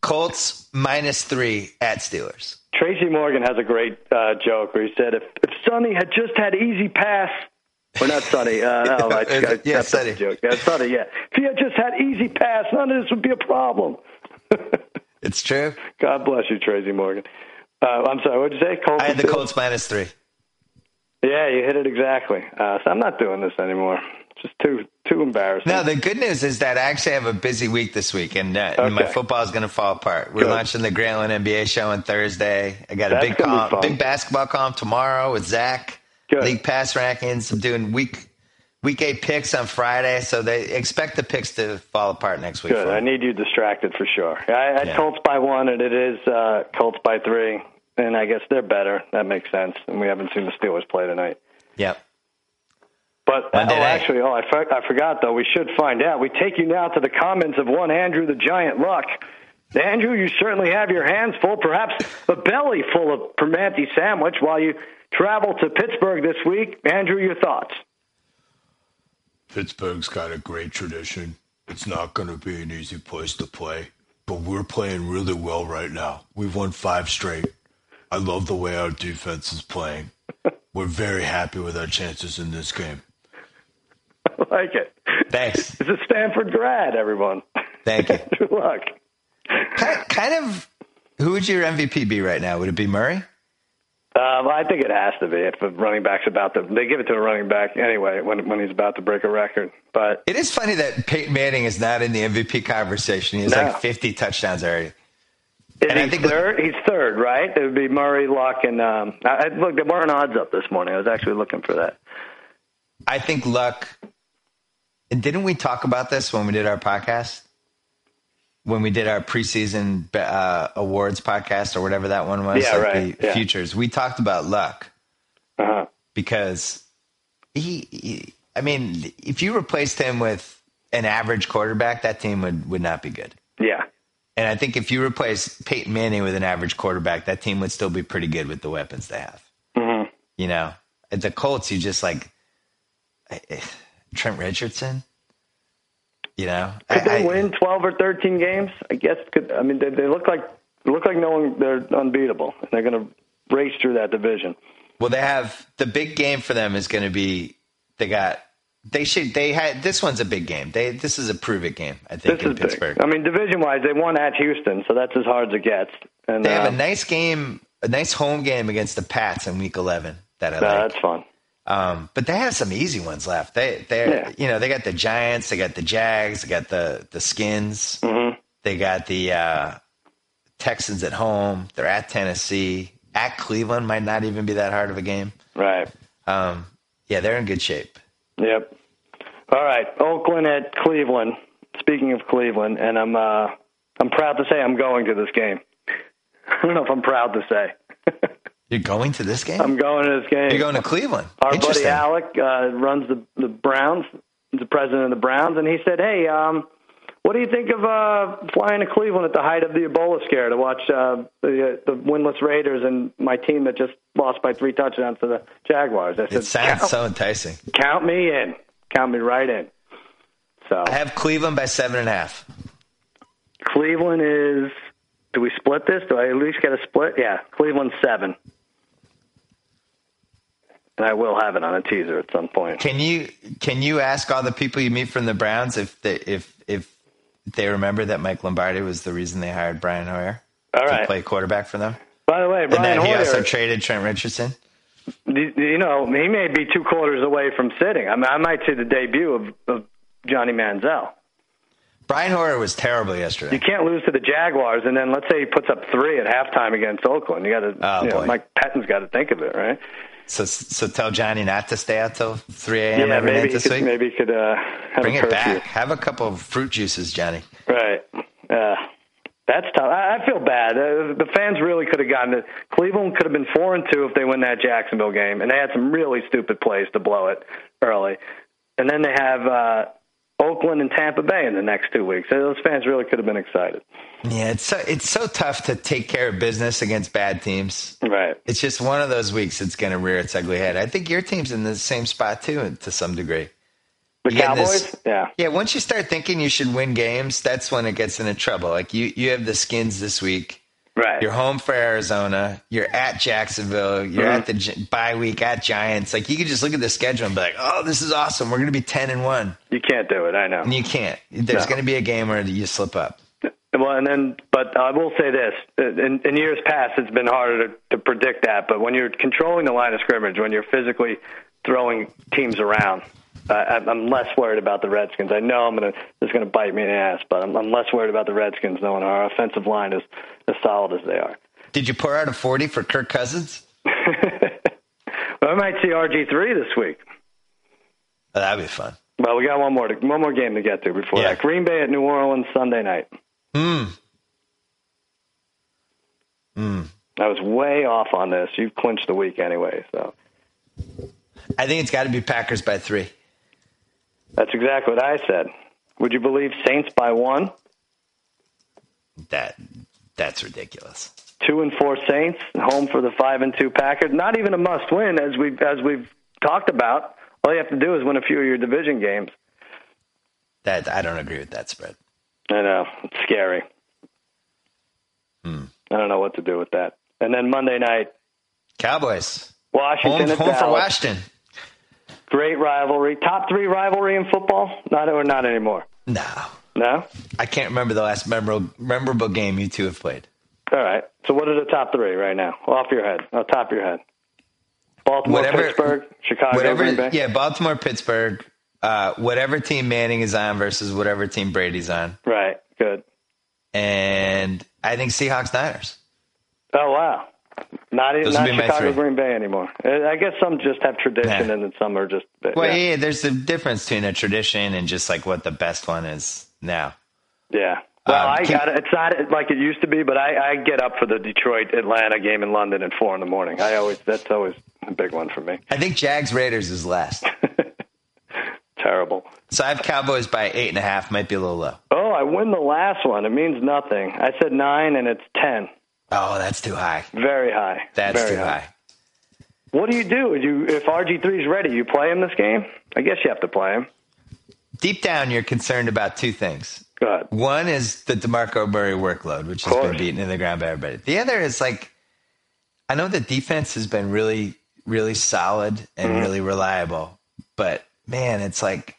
S3: Colts minus three at Steelers.
S4: Tracy Morgan has a great uh, joke where he said, "If if Sonny had just had easy pass." Or not Sonny. Uh, no, I,
S3: Yeah,
S4: I, that's
S3: Sonny.
S4: a joke. Yeah, Sonny, yeah. If he had just had easy pass, none of this would be a problem.
S3: It's true.
S4: God bless you, Tracy Morgan. Uh, I'm sorry, what did you say? Colts
S3: I had
S4: and
S3: the
S4: Steelers?
S3: Colts minus three.
S4: Yeah, you hit it exactly. Uh, so I'm not doing this anymore. It's just too too embarrassing.
S3: No, the good news is that I actually have a busy week this week, and, uh, and my
S4: Okay.
S3: football is going to fall apart. We're
S4: Good.
S3: launching the Grantland NBA show on Thursday. I got a
S4: That's
S3: big
S4: gonna be
S3: column,
S4: fun.
S3: big basketball column tomorrow with Zach.
S4: Good.
S3: League pass rankings. I'm doing week week eight picks on Friday, so they expect the picks to fall apart next week.
S4: Good.
S3: for
S4: I
S3: me.
S4: need you distracted for sure. I, I
S3: Yeah.
S4: Colts by one, and it is uh, Colts by three, and I guess they're better. That makes sense. And we haven't seen the Steelers play tonight.
S3: Yep.
S4: But oh,
S3: Monday night.
S4: actually, oh, I, for, I forgot though. We should find out. We take you now to the comments of one Andrew the Giant Luck. Andrew, you certainly have your hands full, perhaps a belly full of Permanente sandwich while you travel to Pittsburgh this week. Andrew, your thoughts?
S5: Pittsburgh's got a great tradition. It's not going to be an easy place to play, but we're playing really well right now. We've won five straight. I love the way our defense is playing. We're very happy with our chances in this game.
S4: I like it.
S3: Thanks.
S4: It's a Stanford grad, everyone.
S3: Thank you.
S4: Good luck.
S3: kind, kind of. Who would your MVP be right now? Would it be Murray?
S4: Um, I think it has to be if a running back's about to. They give it to a running back anyway when when he's about to break a record. But
S3: It is funny that Peyton Manning is not in the MVP conversation. He has
S4: No.
S3: like 50 touchdowns already.
S4: is
S3: And I
S4: he
S3: think-
S4: third? he's third, right? It would be Murray, Luck, and um, I, I, look. There weren't odds up this morning. I was actually looking for that.
S3: I think luck. And didn't we talk about this when we did our podcast? When we did our preseason uh, awards podcast or whatever that one was,
S4: Yeah,
S3: like
S4: right,
S3: the
S4: yeah.
S3: futures, we talked about luck
S4: Uh-huh.
S3: because he, he. I mean, if you replaced him with an average quarterback, that team would would not be good.
S4: Yeah,
S3: And I think if you replace Peyton Manning with an average quarterback, that team would still be pretty good with the weapons they have.
S4: Mm-hmm.
S3: You know, at the Colts, you just like I- eh, Trent Richardson. You know,
S4: could
S3: I-
S4: they
S3: I-
S4: win twelve or thirteen games? I guess. Could I mean they, they look like they look like no one? They're unbeatable, and they're going to race through that division.
S3: well, they have the big game for them is going to be they got they should they had this one's a big game. They this is a prove it game. I think
S4: This
S3: in
S4: is
S3: Pittsburgh.
S4: big. I mean, division wise, they won at Houston, so that's as hard as it gets. And
S3: They have
S4: uh,
S3: a nice game, a nice home game against the Pats in Week 11 that I
S4: no,
S3: like.
S4: that's fun.
S3: Um, but they have some easy ones left. They they
S4: Yeah.
S3: are you know they got the Giants, they got the Jags, they got the the Skins,
S4: Mm-hmm.
S3: they got the uh, Texans at home. They're at Tennessee, at Cleveland. Might not even be that hard of a game.
S4: Right.
S3: Um, yeah, they're in good shape.
S4: Yep. All right. Oakland at Cleveland. Speaking of Cleveland, and I'm uh, I'm proud to say I'm going to this game. I don't know if I'm proud to say
S3: You're going to this game.
S4: I'm going to this game.
S3: You're going to Cleveland.
S4: Um, Our buddy
S3: Interesting.
S4: Alec uh, runs the the Browns, the president of the Browns, and he said, "Hey, um, what do you think of uh, flying to Cleveland at the height of the Ebola scare to watch uh, the uh, the winless Raiders and my team that just lost by three touchdowns to the Jaguars?" I said,
S3: It sounds
S4: count,
S3: so enticing.
S4: count me in, count me right in." So
S3: I have Cleveland by seven and a half.
S4: Cleveland is. Do we split this? Do I at least get a split? Yeah, Cleveland seven. And I will have it on a teaser at some point.
S3: Can you can you ask all the people you meet from the Browns if they if if they remember that Mike Lombardi was the reason they hired Brian Hoyer?
S4: All
S3: to
S4: right.
S3: play quarterback for them.
S4: By the way,
S3: And
S4: Brian
S3: then he
S4: Hoyer,
S3: also traded Trent Richardson.
S4: you you know, he may be two quarters away from sitting. I, mean, I might see the debut of, of Johnny Manziel.
S3: Brian Hoyer was terrible
S4: You
S3: yesterday.
S4: can't lose to the Jaguars, and then let's say he puts up three at halftime against Oakland. You got to,
S3: Oh,
S4: you know,
S3: boy.
S4: Mike Patton's got to think of it, right?
S3: So, so tell Johnny not to stay out till 3 a.m. every
S4: maybe
S3: night
S4: he
S3: this
S4: could,
S3: week.
S4: maybe he could uh, have
S3: Bring
S4: a
S3: it
S4: curfew.
S3: back. Have a couple of fruit juices, Johnny.
S4: Right. Uh, that's tough. I, I feel bad. Uh, the fans really could have gotten it. Cleveland could have been four and two if they win that Jacksonville game, and they had some really stupid plays to blow it early. And then they have uh, Oakland and Tampa Bay in the next two weeks. So those fans really could have been excited.
S3: Yeah, it's so it's so tough to take care of business against bad teams.
S4: Right.
S3: It's just one of those weeks that's going to rear its ugly head. I think your team's in the same spot too, to some degree.
S4: The
S3: You getting
S4: Cowboys.
S3: this-
S4: Yeah.
S3: Yeah, once you start thinking you should win games, that's when it gets into trouble. Like you, you have the skins this week.
S4: Right.
S3: You're home for Arizona. You're at Jacksonville. You're at the Gi- bye week at Giants. Like you could just look at the schedule and be like, "Oh, this is awesome. We're going to be ten and one."
S4: You can't do it. I know.
S3: And you can't. There's
S4: No.
S3: going to be a game where you slip up.
S4: Well, and then, but I will say this: uh, in, in years past, it's been harder to, to predict that. But when you're controlling the line of scrimmage, when you're physically throwing teams around, uh, I'm I'm less worried about the Redskins. I know I'm gonna it's gonna bite me in the ass, but I'm, I'm less worried about the Redskins knowing our offensive line is as solid as they are.
S3: Did you pour out a forty for Kirk Cousins?
S4: But I might see RG three this week.
S3: Oh, that'd be fun.
S4: Well, we got one more to, one more game to get to before
S3: Yeah.
S4: that. Green Bay at New Orleans Sunday night. Hmm. Hmm. I was way off on this. You clinched the week anyway, so
S3: I think it's got to be Packers by three.
S4: that's exactly what I said. Would you believe Saints by one?
S3: That that's ridiculous.
S4: Two and four Saints home for the five and two Packers. Not even a must win, as we've as we've talked about. All you have to do is win a few of your division games.
S3: That I don't agree with that spread.
S4: I know. It's scary. I don't know what to do with that. And then Monday night,
S3: Cowboys
S4: Washington
S3: home,
S4: at
S3: home for
S4: Dallas.
S3: Washington.
S4: Great rivalry. Top three rivalry in football? Not or not anymore.
S3: No,
S4: No?
S3: I can't remember the last memorable memorable game you two have played.
S4: All right. So what are the top three right now? Off your head. Off top of your head. Baltimore,
S3: Whatever-
S4: Pittsburgh, Chicago, Green Uh, Bay.
S3: whatever, yeah, Baltimore, Pittsburgh, uh, whatever team Manning is on versus whatever team Brady's on,
S4: Right. Good.
S3: and I think Seahawks Niners.
S4: Oh wow. Not e-
S3: Those
S4: not
S3: would be my
S4: Chicago,
S3: three.
S4: Green Bay anymore. I I guess some just have tradition,
S3: Yeah.
S4: and then some are just.
S3: Well,
S4: yeah.
S3: yeah. there's a difference between a tradition and just like what the best one is now.
S4: Yeah. Well,
S3: Um,
S4: I
S3: can-
S4: got it. It's not like it used to be, but I, I get up for the Detroit Atlanta game in London at four in the morning. I always that's always a big one for me.
S3: I think Jags Raiders is last,
S4: Terrible.
S3: so I have Cowboys by eight and a half. Might be a little low.
S4: Oh, I win the last one. It means nothing. I said nine, and it's ten.
S3: Oh, that's too high.
S4: Very high.
S3: That's
S4: Very
S3: too high.
S4: What do you do? You, if RG 3s ready, you play him this game. I guess you have to play him.
S3: Deep down, you're concerned about two things.
S4: Go ahead.
S3: One is the DeMarco Murray workload, which has been
S4: course.
S3: beaten in the ground by everybody. The other is like, I know the defense has been really, really solid and
S4: Mm-hmm.
S3: really reliable, but man, it's like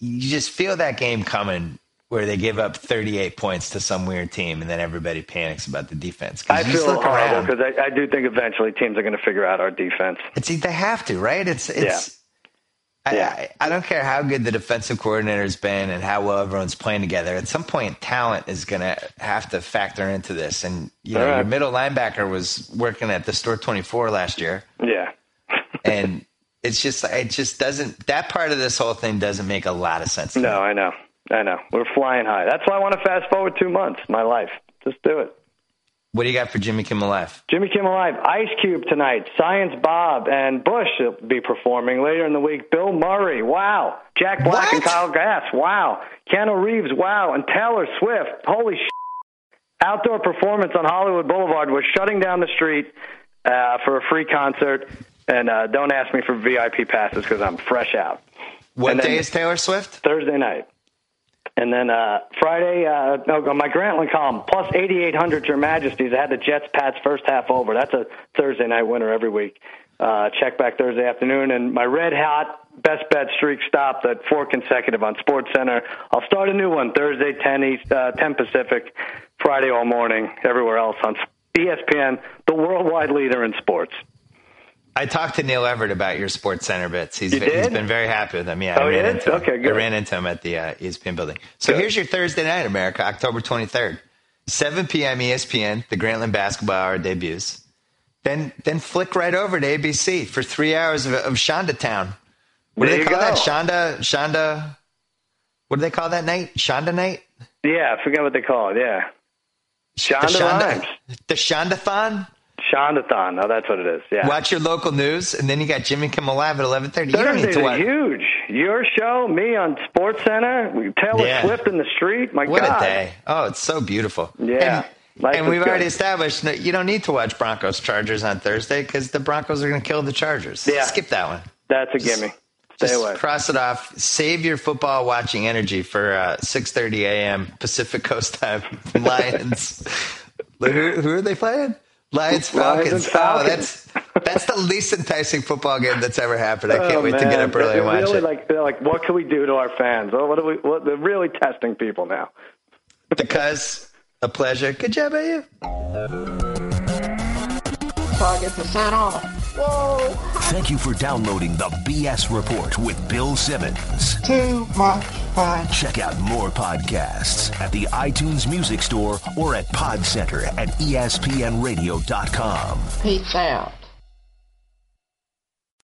S3: you just feel that game coming where they give up 38 points to some weird team and then everybody panics about the defense. 'Cause
S4: I
S3: you just
S4: feel
S3: look
S4: horrible
S3: around.
S4: because I, I do think eventually teams are going to figure out our defense.
S3: It's they have to, right? It's it's. I,
S4: Yeah.
S3: I, I don't care how good the defensive coordinator's been and how well everyone's playing together. At some point, talent is going to have to factor into this. And you know,
S4: All right.
S3: your middle linebacker was working at the store twenty four last year,
S4: Yeah.
S3: and it's just it just doesn't. That part of this whole thing doesn't make a lot of sense. to me.
S4: No, I know. I know. We're flying high. That's why I want to fast forward two months. My life. Just do it.
S3: What do you got for Jimmy Kimmel Live?
S4: Jimmy Kimmel Live, Ice Cube tonight, Science Bob, and Bush will be performing later in the week. Bill Murray, wow. Jack Black and
S3: What?
S4: Kyle Gass, wow. Keanu Reeves, wow. And Taylor Swift, holy sh! Outdoor performance on Hollywood Boulevard. We're shutting down the street uh, for a free concert. And uh, don't ask me for VIP passes because I'm fresh out.
S3: What
S4: And then-
S3: day is Taylor Swift?
S4: Thursday night. And then uh, Friday, uh, no, my Grantland column, plus 8,800 Your Majesties. I had the Jets Pats first half over. That's a Thursday night winner every week. Uh, check back Thursday afternoon. And my red hot best bet streak stopped at four consecutive on Sports Center. I'll start a new one Thursday, 10, East, uh, 10 Pacific, Friday all morning, everywhere else on ESPN, the worldwide leader in sports.
S3: I talked to Neil Everett about your Sports Center bits. He's,
S4: You
S3: been- he's
S4: did?
S3: been very happy with them. Yeah,
S4: Oh,
S3: I
S4: he
S3: ran
S4: did?
S3: into him.
S4: Okay,
S3: I
S4: good.
S3: ran into him at the uh, ESPN building. So here's your Thursday night, America, October 23rd, 7 p.m. ESPN. The Grantland Basketball Hour debuts. Then then flick right over to ABC for three hours of, of Shonda Town. What
S4: There
S3: do
S4: you
S3: they call that?
S4: go.
S3: Shonda Shonda. What do they call that night? Shonda night.
S4: Yeah, I forget what they call it. Yeah. Shonda
S3: the Shonda
S4: Rhimes.
S3: The Shondathon.
S4: Shondathon. Oh, that's what it is. Yeah.
S3: Watch your local news, and then you got Jimmy Kimmel Live at 11:30. You don't need
S4: Thursdays
S3: to
S4: are
S3: watch.
S4: huge. Your show, me on Sports Center, Taylor
S3: Yeah.
S4: Swift in the street. My
S3: What
S4: God.
S3: a day! Oh, it's so beautiful.
S4: Yeah.
S3: And,
S4: Life
S3: and
S4: is
S3: we've
S4: good.
S3: already established that you don't need to watch Broncos Chargers on Thursday because the Broncos are going to kill the Chargers.
S4: Yeah.
S3: Skip that one.
S4: That's a gimme. Stay
S3: Just
S4: away.
S3: cross it off. Save your football watching energy for uh, 6:30 a.m. Pacific Coast time. Lions. who, who are they playing? Lions Falcons.
S4: and
S3: Oh,
S4: Falcons.
S3: that's that's the least enticing football game that's ever happened. I can't
S4: Oh,
S3: wait to get
S4: man.
S3: up early
S4: They're
S3: and watch
S4: really
S3: it.
S4: Like, they're like, what can we do to our fans? Oh, what are we? What, they're really testing people now.
S3: because a pleasure. Good job by you.
S6: Target percent off. Whoa,
S1: Thank you for downloading the BS Report with Bill Simmons.
S6: too much fun.
S1: Check out more podcasts at the iTunes E Music Store or at PodCenter at ESPNRadio.com.
S6: Peace out.